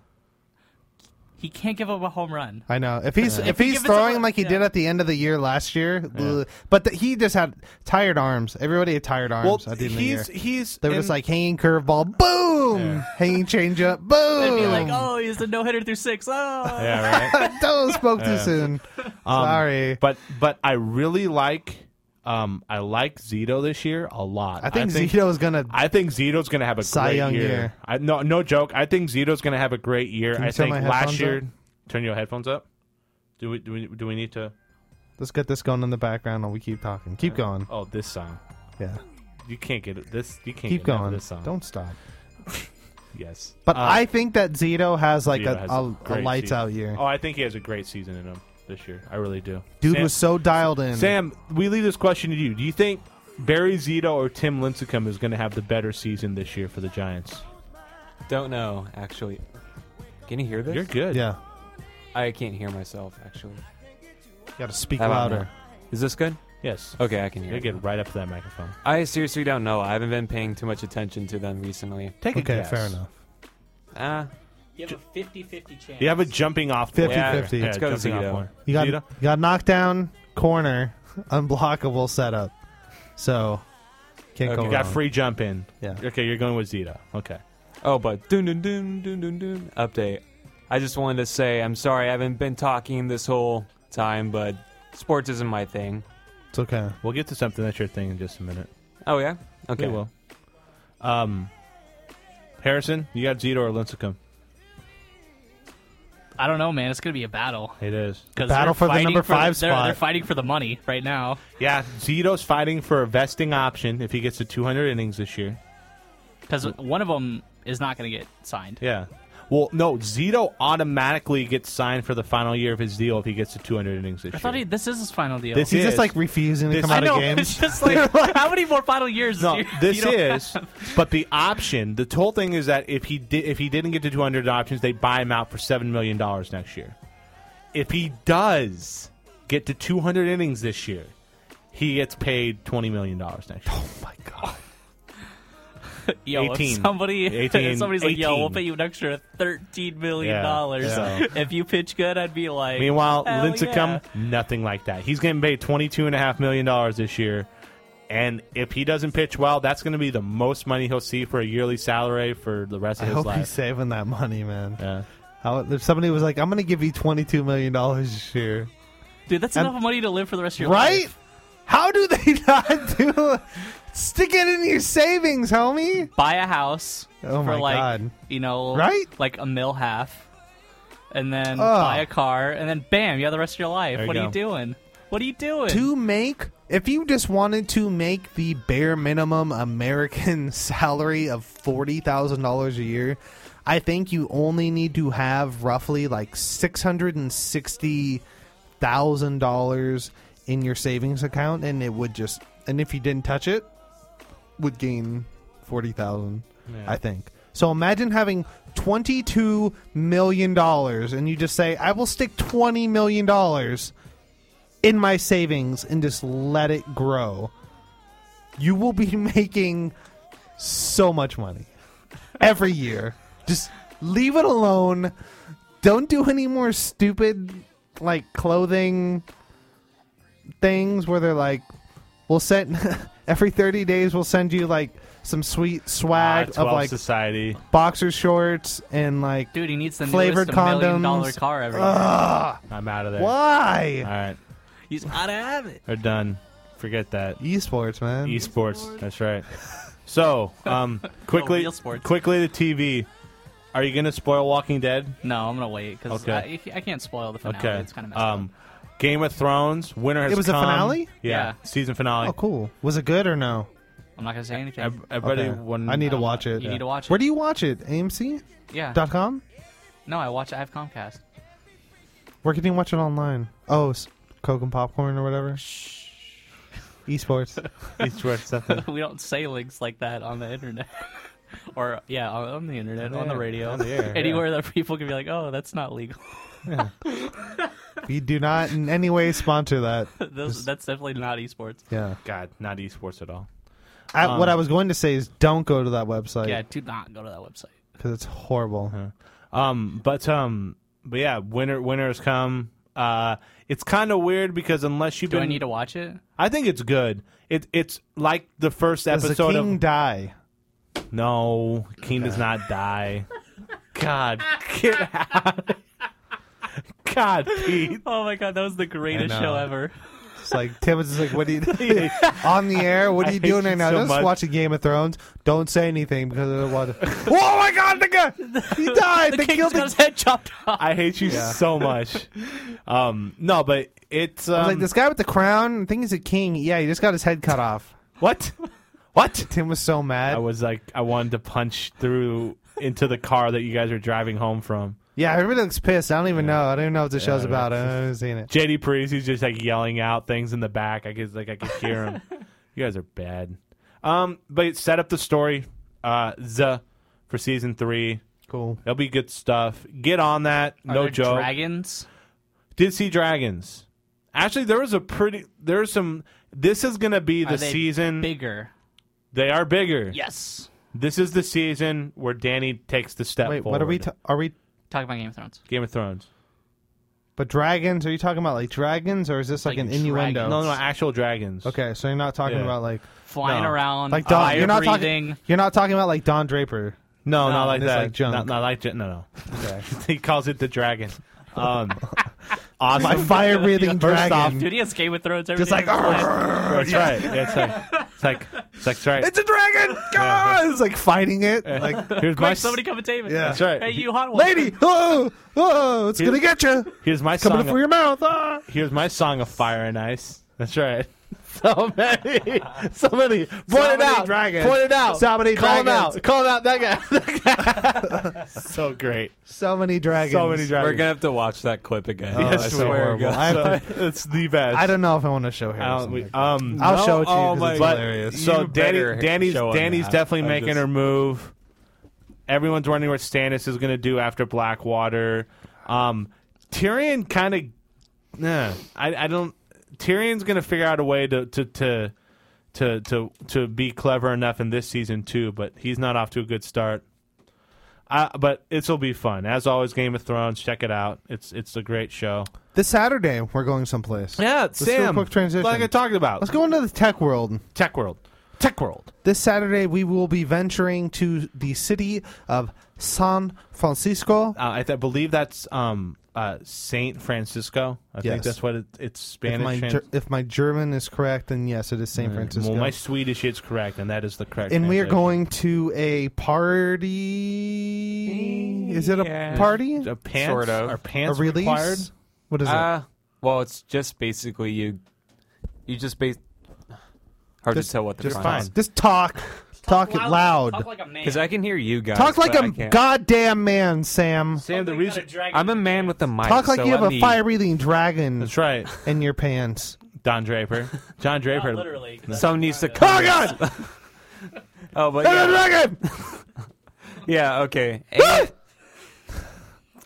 D: he can't give up a home run.
C: I know if he's
D: Yeah.
C: if
D: If he
C: he's
D: gives it
C: throwing
D: up,
C: like he
D: yeah.
C: did at the end of the year last year, ugh. but the, he just had tired arms. Everybody had tired
A: Well,
C: arms at the end of the year.
A: he's he's
C: They were
A: and-
C: just like hanging curveball, boom,
A: Yeah.
C: hanging changeup,
D: They'd
C: boom.
D: be like, oh, he's a no hitter through six. Oh,
A: yeah, right.
C: Don't spoke too
A: Yeah.
C: soon.
A: Um,
C: Sorry.
A: but but I really like um I like Zito this year a lot.
C: I think, Zito's gonna.
A: I think Zito's going to have a
C: Cy
A: great
C: Young
A: year.
C: year.
A: I, no no joke. I think Zito's going to have a great year.
C: Can you
A: I
C: turn
A: think
C: my
A: last
C: headphones
A: year.
C: up?
A: Turn your headphones up. Do we do we do we need to?
C: Let's get this going in the background, and we keep talking. Keep going.
A: Oh, this song.
C: Yeah,
A: You can't get it. This you can't
C: keep
A: get enough of
C: going.
A: This song.
C: Don't stop.
B: yes.
C: But
A: Uh,
C: I think that Zito has like
A: Zito
C: a,
A: has a
C: a, a
A: great
C: lights
A: season.
C: out year.
A: Oh, I think he has a great season in him this year. I really do.
C: Dude
A: Sam,
C: was so dialed in.
A: Sam, we leave this question to you. Do you think Barry Zito or Tim Lincecum is going to have the better season this year for the Giants?
B: Don't know actually. Can you hear this?
A: You're good.
C: yeah,
B: I can't hear myself actually.
C: got to speak
B: How about
C: louder.
B: now? Is this good?
A: Yes.
B: Okay, I can hear.
A: You
B: it.
A: get right up to that microphone.
B: I seriously don't know. I haven't been paying too much attention to them recently.
A: Take a
C: Okay,
A: guess.
C: fair enough.
B: Ah,
D: You have a 50-50 chance.
A: You have a jumping off
C: 50
A: point.
B: Yeah,
C: 50.
A: Yeah,
B: let's go
A: jumping off
B: Zito.
A: point.
C: You got
A: Zito?
C: you got knockdown, corner, unblockable setup. So can't
B: Okay.
C: go
A: You
C: wrong.
A: got free jump in.
C: Yeah.
A: Okay, you're going with Zito. Okay.
B: Oh, but dun dun dun dun dun dun. Update. I just wanted to say I'm sorry I haven't been talking this whole time, but sports isn't my thing.
C: It's okay.
A: We'll get to something that's your thing in just a minute.
B: Oh yeah. Okay.
A: Okay. We will. Um, Harrison, you got Zito or Lincecum?
D: I don't know, man. It's gonna be a battle.
A: It is.
D: 'Cause
C: Battle
D: they're
C: for the
D: fighting
C: number five
D: they're-
C: spot.
D: They're fighting for the money right now.
A: Yeah, Zito's fighting for a vesting option if he gets to 200 innings this year.
D: Because one of them is not going to get signed.
A: Yeah. Well, no, Zito automatically gets signed for the final year of his deal if he gets to 200 innings this
D: I thought
A: year.
D: he, this is his final deal.
A: This
C: He's
A: is-
C: just like refusing to
A: This-
C: come
A: I
C: out of
A: know,
D: it's
C: games.
D: just like how many more final years? do
A: no,
D: you-
A: this
D: you don't
A: is, but the option, the whole thing is that if he did, if he didn't get to 200 options, they buy him out for seven million dollars next year. If he does get to 200 innings this year, he gets paid 20 million dollars next year.
C: Oh my god.
D: Yo, if
A: 18.
D: somebody,
A: 18,
D: if somebody's like, yo, we'll
A: 18.
D: pay you an extra thirteen million
A: Yeah,
D: dollars
A: yeah.
D: if you pitch good. I'd be like,
A: Meanwhile,
D: hell
A: Lincecum, nothing like that. He's getting paid twenty-two and a half million dollars this year, and if he doesn't pitch well, that's going to be the most money he'll see for a yearly salary for the rest
C: I
A: of his
C: hope
A: life.
C: he's saving that money, man.
A: Yeah.
C: How, if somebody was like, "I'm going to give you 22 million dollars this year,"
D: yeah. dude, that's
C: and-
D: enough money to live for the rest of your
C: right?
D: life.
C: How do they not do? it? Stick it in your savings, homie.
D: Buy a house
C: Oh
D: for
C: my
D: like
C: God.
D: you know,
C: Right?
D: Like a mill half, and then
C: Ugh.
D: buy a car, and then bam, you have the rest of your life.
A: There you
D: what
A: go.
D: are you doing? What are you doing?
C: to make if you just wanted to make the bare minimum American salary of forty thousand dollars a year, I think you only need to have roughly like six hundred and sixty thousand dollars in your savings account, and it would just and if you didn't touch it, would gain forty thousand. I think. So imagine having twenty-two million dollars, and you just say, "I will stick twenty million dollars in my savings and just let it grow." You will be making so much money every year. Just leave it alone. Don't do any more stupid like clothing things where they're like, "We'll send every thirty days, we'll send you like." Some sweet
A: Ah,
C: swag of
A: 12
C: like
A: society.
C: boxer shorts and like
D: Dude, he needs the
C: Flavored
D: newest million
C: condoms.
D: dollar car ever.
C: ugh,
A: I'm out of there. All
C: why
A: right,
D: He's gotta have it.
A: we're done. Forget that.
C: esports man
A: Esports. That's right. So, um, quickly,
D: real sports.
A: quickly to TV. Are you going to spoil Walking Dead?
D: No, I'm gonna wait because
A: Okay.
D: I, I can't spoil the finale.
A: Okay.
D: It's kind of messed
A: um, Game of Thrones. Winner has
C: It was a
A: come.
C: finale?
A: Yeah,
D: Yeah.
A: season finale.
C: oh cool was it good or no
D: up. I'm not gonna say anything.
A: Ev- Everybody,
C: Okay.
A: won-
C: I need to watch
D: You
C: it
D: need to watch it.
C: where do you watch it amc.com
D: yeah. No, I watch. I have Comcast.
C: where can you watch it online oh s- coke and popcorn or whatever esports
A: Esports. Something.
D: we don't say links like that on the internet, or yeah, on, on the internet, on the radio,
A: on the air,
D: anywhere that people can be like, "Oh, that's not legal."
C: we do not in any way sponsor that
D: Those, that's definitely not esports.
C: yeah
A: God, not esports at all.
C: I,
A: Um,
C: what i was going to say is don't go to that website
D: Yeah, do not go to that website.
C: because it's horrible
A: Um, but um, but yeah, winter winter has come. Uh, it's kind of weird because unless you've
D: Do
A: been,
D: I need to watch it?
A: I think it's good. It it's like the first
C: does the
A: episode
C: king
A: of
C: die
A: no king does not die. God, get out. God, Pete.
D: Oh my god, that was the greatest
C: I know.
D: show ever.
C: It's like Tim was just like, "What are you on the air? What
A: I
C: are you
A: hate
C: doing
A: you
C: right now?
A: so
C: just
A: much."
C: watching Game of Thrones. Don't say anything because of the water." oh my God, the guy he died.
D: The
C: they
D: king
C: killed
D: just got
C: him.
D: his head chopped off.
A: I hate you
C: Yeah.
A: so much. Um, no, but it's um,
C: I was like this guy with the crown. I think he's a king. Yeah, he just got his head cut off.
A: what what
C: Tim was so
A: I
C: mad.
A: was like, I wanted to punch through into the car that you guys are driving home from.
C: Yeah, everybody looks pissed. I don't even know. I don't even know what the show's about. I haven't seen it.
A: JD Priest, he's just like yelling out things in the back. I guess like I could hear him. you guys are bad. Um, but it set up the story, uh, the for season three.
C: Cool.
A: That'll be good stuff. Get on that.
D: Are
A: no
D: there
A: joke.
D: Dragons.
A: Did see dragons. Actually, there was a pretty. There's some. This is gonna be the
D: Are they
A: season.
D: bigger.
A: They are bigger.
D: Yes.
A: This is the season where Danny takes the step.
C: Wait, what are we?
A: forward.
C: Ta- are we?
D: Talk about Game of Thrones.
A: Game of Thrones.
C: But dragons? Are you talking about like dragons, or is this like,
D: Like
C: an innuendo?
D: dragons.
A: No, no, actual dragons.
C: Okay, so you're not talking
A: Yeah.
C: about like
D: Flying
A: No.
D: around.
C: like Don.
D: fire
C: you're not
D: breathing.
C: talking. You're not talking about like Don Draper.
A: No,
D: No,
A: not like
C: it's
A: that.
C: like junk.
A: Not, not like ja- no, no. he calls it the dragon. Um, awesome.
C: My fire breathing
A: First
C: dragon.
A: off,
D: Dude, he has Game of Thrones. Everything.
C: Just like
A: Oh, That's right. That's right. It's like, it's like, that's right.
C: it's a dragon. God, it's like fighting it. Like
A: Here's my
D: Quick,
A: s-
D: somebody come and tame it.
C: Yeah.
A: That's right.
D: Hey, you hot one.
C: lady, oh, oh, it's gonna get you.
A: Here's my
C: Coming
A: song.
C: up for your mouth. Ah.
A: Here's my song of fire and ice. That's right. So many, so many. Point it
C: many
A: out.
C: dragons.
A: Point it out.
C: So many
A: Oh. Call him
C: dragons.
A: out. Call him out. That guy. That guy. so great.
C: So many dragons.
A: So many
B: We're
A: dragons.
B: gonna have to watch that clip again.
C: Oh,
A: Yes,
B: I
C: that's
A: we
B: swear,
A: are.
B: to
C: horrible.
B: God.
C: I have to-
A: it's the best.
C: I don't know if I want to show hair.
A: I
C: or
A: don't- we-
C: something.
A: um,
C: I'll show it to you
B: oh
C: 'cause
B: my
C: it's
B: God.
C: hilarious.
A: So
B: You
A: Danny,
B: better
A: Danny's
B: show on
A: Danny's
B: that.
A: definitely
B: I
A: making
B: just-
A: her move. Everyone's wondering what Stannis is going to do after Blackwater. Um, Tyrion kind of, nah, I, I don't. Tyrion's going to figure out a way to to to to to to be clever enough in this season too, but he's not off to a good start. Uh, but it'll be fun as always. Game of Thrones, check it out. It's it's a great show.
C: This Saturday we're going someplace.
A: Yeah,
C: do a
A: Sam.
C: quick transition.
A: Like I talked about,
C: Let's go into the tech world.
A: Tech World. Tech World.
C: This Saturday we will be venturing to the city of San Francisco.
A: Uh, I th- believe that's um, uh, Saint Francisco. I think
C: Yes.
A: that's what it, it's
C: If
A: Spanish.
C: my,
A: trans- Mm,
C: Ger- if my German is correct, then yes, it is San Francisco.
A: Well, my Swedish is correct, and that is the correct.
C: and we are
A: translation.
C: going to a party. Is it a
B: Yeah.
C: party?
A: A pants
B: Sort of.
A: Are
C: a
A: pants
C: release?
A: required? Ah,
C: What is it?
B: Uh, well, it's just basically you. You just base. Hard
C: Just-
B: to tell what the
A: just
B: front
A: fine.
B: is.
C: Just talk. Talk, it loud.
D: Talk like a man.
B: Because I can hear you guys.
C: Talk like
B: but I
C: a
B: can't.
C: goddamn man, Sam.
A: Sam, the reason.
B: I'm a man with a mic.
C: Talk like
B: so
C: you have
B: I'm
C: a
B: the-
C: fire breathing dragon
A: That's right,
C: in your pants.
A: Don Draper. John Draper.
D: literally.
B: Some needs to.
C: Oh,
B: Come
C: God!
B: Oh, but
C: There's a
B: yeah,
C: dragon!
B: yeah okay. And-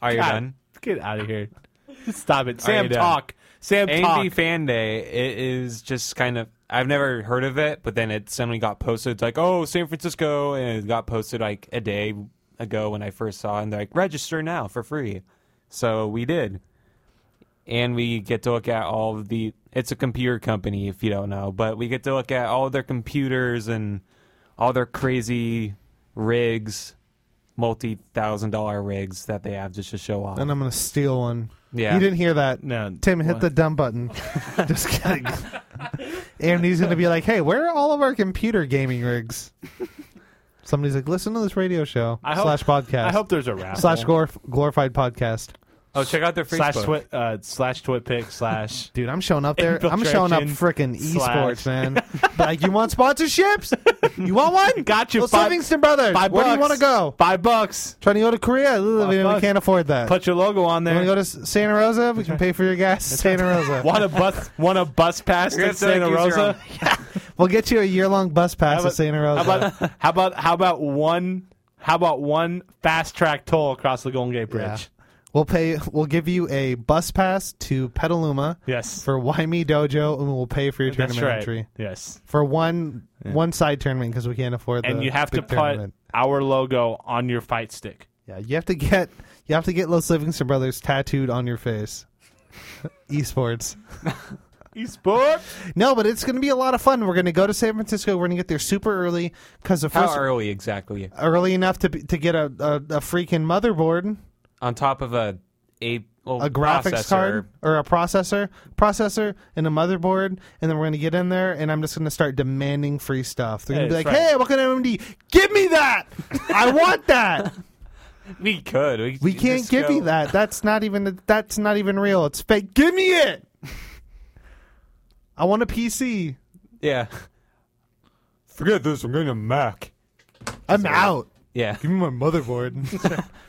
B: Are you
A: God,
B: done?
A: Get out of here. Stop it, Sam.
C: uh,
B: you done?
A: Talk, Sam.
B: AMD
A: Talk.
B: Fan Day it is just kind of I've never heard of it, but then it suddenly got posted. It's like, oh, San Francisco, and it got posted like a day ago when I first saw, it, and they're like, register now for free. So we did, and we get to look at all of the. It's a computer company, if you don't know, but we get to look at all their computers and all their crazy rigs, multi thousand dollar rigs that they have just to show off.
C: And I'm going to steal one.
B: Yeah.
C: You didn't hear that.
A: no,
C: Tim, hit
A: what?
C: the dumb button. Just kidding. Andy's going to be like, hey, where are all of our computer gaming rigs? Somebody's like, listen to this radio show
A: I hope-
C: slash podcast
A: I hope there's a raffle.
C: slash glorif- glorified podcast.
B: Oh, check out their Facebook.
A: slash twit uh, slash twit pick slash.
C: Dude, I'm showing up there. I'm showing up frickin'
A: Infiltration
C: esports, man. like, you want sponsorships? You want one?
A: Got you.
C: Well,
A: five,
C: Livingston Brothers.
A: five
C: Where do you
A: bucks.
C: want to go?
A: Five bucks.
C: Trying to go to Korea? Ugh, We we
A: bucks.
C: can't afford that.
A: Put your logo on
C: You
A: there.
C: want to go to S- Santa Rosa? We can pay for your gas. Santa Rosa.
A: want a bus want a bus pass
B: You're
A: to
B: gonna have to,
A: Santa
B: like, use your
A: Rosa?
C: We'll get you a year long bus pass
A: about-
C: to Santa
A: How
C: Rosa.
A: about how about how about one how about one fast track toll across the Golden Gate
C: Yeah.
A: Bridge?
C: We'll pay. We'll give you a bus pass to Petaluma
A: Yes.
C: for Wyme Dojo, and we'll pay for your
A: That's
C: tournament
A: right.
C: entry
A: Yes.
C: for one one side tournament because we can't afford.
A: And
C: the
A: you have to
C: big
A: put
C: tournament.
A: our logo on your fight stick.
C: Yeah, you have to get you have to get Los Livingston Brothers tattooed on your face. Esports.
A: Esports.
C: No, but it's going to be a lot of fun. We're going to go to San Francisco. We're going to get there super early because the
B: How
C: first
B: early exactly?
C: early enough to be, to get a, a, a freaking motherboard,
B: on top of a a, well,
C: a graphics
B: processor.
C: card, or a processor, processor, and a motherboard, and then we're going to get in there, and I'm just going to start demanding free stuff. They're going to
A: Hey,
C: be like,
A: that's right.
C: "Hey, welcome to AMD. Give me that. I want that.
B: We could. We,
C: We can't
B: just
C: give
B: go-
C: you that. That's not even that's not even real. It's fake. Give me it. I want a PC.
B: Yeah. Forget this. I'm getting a Mac.
C: I'm out.
B: Yeah,
C: Give me my motherboard.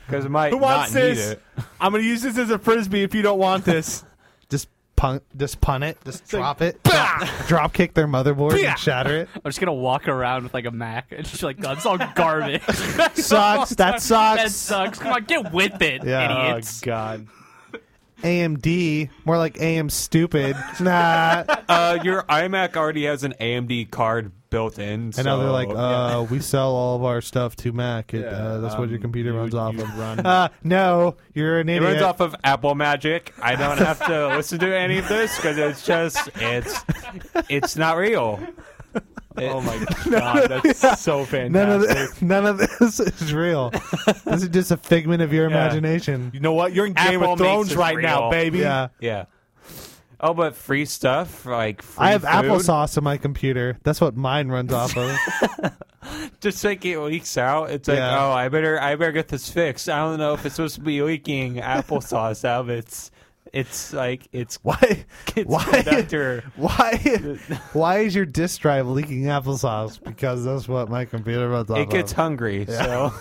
B: because it might
A: Who wants
B: not need
A: this?
B: it.
A: I'm gonna use this as a frisbee. If you don't want this,
C: just pun, just pun it. Just
A: like,
C: drop it. Drop, drop kick their motherboard
A: Bah!
C: and shatter it.
D: I'm just gonna walk around with like a Mac and just like that's all garbage.
C: Sucks. That
D: that
C: sucks.
D: sucks. Come on, get with it,
C: Yeah. oh,
D: idiots.
A: God.
C: AMD. More like AM stupid. Nah.
B: Uh, your iMac already has an AMD card built in.
C: And now they're like, uh,
B: so-
C: we sell all of our stuff to Mac. It, uh, that's what your
A: um,
C: computer
A: you-
C: runs off
A: you
C: of.
A: run-
C: Uh, no, you're an
B: It
C: idiot.
B: runs off of Apple Magic. I don't have to listen to any of this because it's just it's it's not real.
A: Oh my God, that's so fantastic.
C: none of this, none of this is real. this is just a figment of your
A: Yeah.
C: imagination.
A: you know what? You're in Game
B: Apple
A: of
B: makes
A: Thrones
B: us
A: right now,
B: real.
A: baby.
C: Yeah.
B: Yeah. Oh, but free stuff like free
C: I have
B: food,
C: applesauce on my computer. That's what mine runs off of.
B: Just like it leaks out, it's like,
C: Yeah.
B: oh, I better, I better get this fixed. I don't know if it's supposed to be leaking applesauce out of its, it's like it's
C: Why?
B: it's
C: Why?
B: conductor.
C: Why? Why is your disk drive leaking applesauce? Because that's what my computer runs off
B: It gets
C: of.
B: hungry, so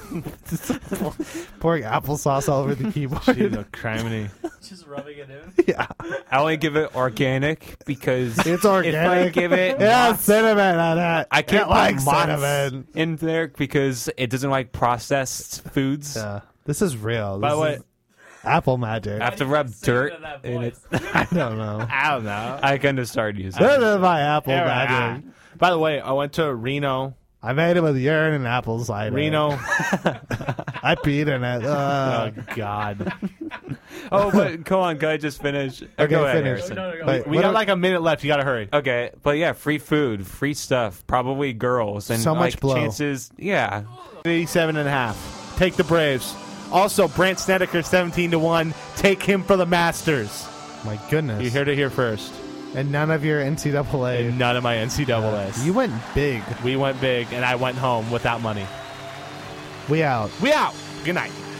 C: Pouring applesauce all over the
A: Dude,
C: keyboard.
A: look, criminy.
D: Just rubbing it in.
C: yeah,
B: I only give it organic because
C: it's
B: if I
C: organic.
B: give it
C: It has cinnamon on it.
B: I can't
C: it like
B: put Mott's
C: cinnamon.
B: in there because it doesn't like processed foods.
C: Yeah. This is real.
A: By
C: This
A: the way,
C: is Apple magic.
B: I have to
D: did you
B: rub
D: say
B: dirt
D: that
B: in it.
D: voice?
C: I don't know.
A: I don't know.
B: I kind of started using.
C: This
B: it.
C: is my Apple
A: Yeah,
C: magic.
A: ah. By the way, I went to Reno.
C: I made it with urine and apple cider.
A: Reno.
C: I peed in it. Uh,
A: oh God.
B: Oh, but come on, can I just finish? Or
C: Okay,
B: go ahead,
C: finish.
B: Harrison.
D: No, no, no.
C: Wait,
A: We
C: what
A: got
C: are-
A: like a minute left. You gotta hurry.
B: Okay, but yeah, free food, free stuff, probably girls, and
C: So much
B: like,
C: blow.
B: chances. Yeah,
A: 87 and a half. Take the Braves. Also, Brant Snedeker 17 to 1. Take him for the Masters.
C: my goodness.
A: You heard it here first.
C: and none of your NCAA.
A: And none of my NCAAs.
C: you went big.
A: we went big, and I went home without money.
C: We out.
A: We out. Good night.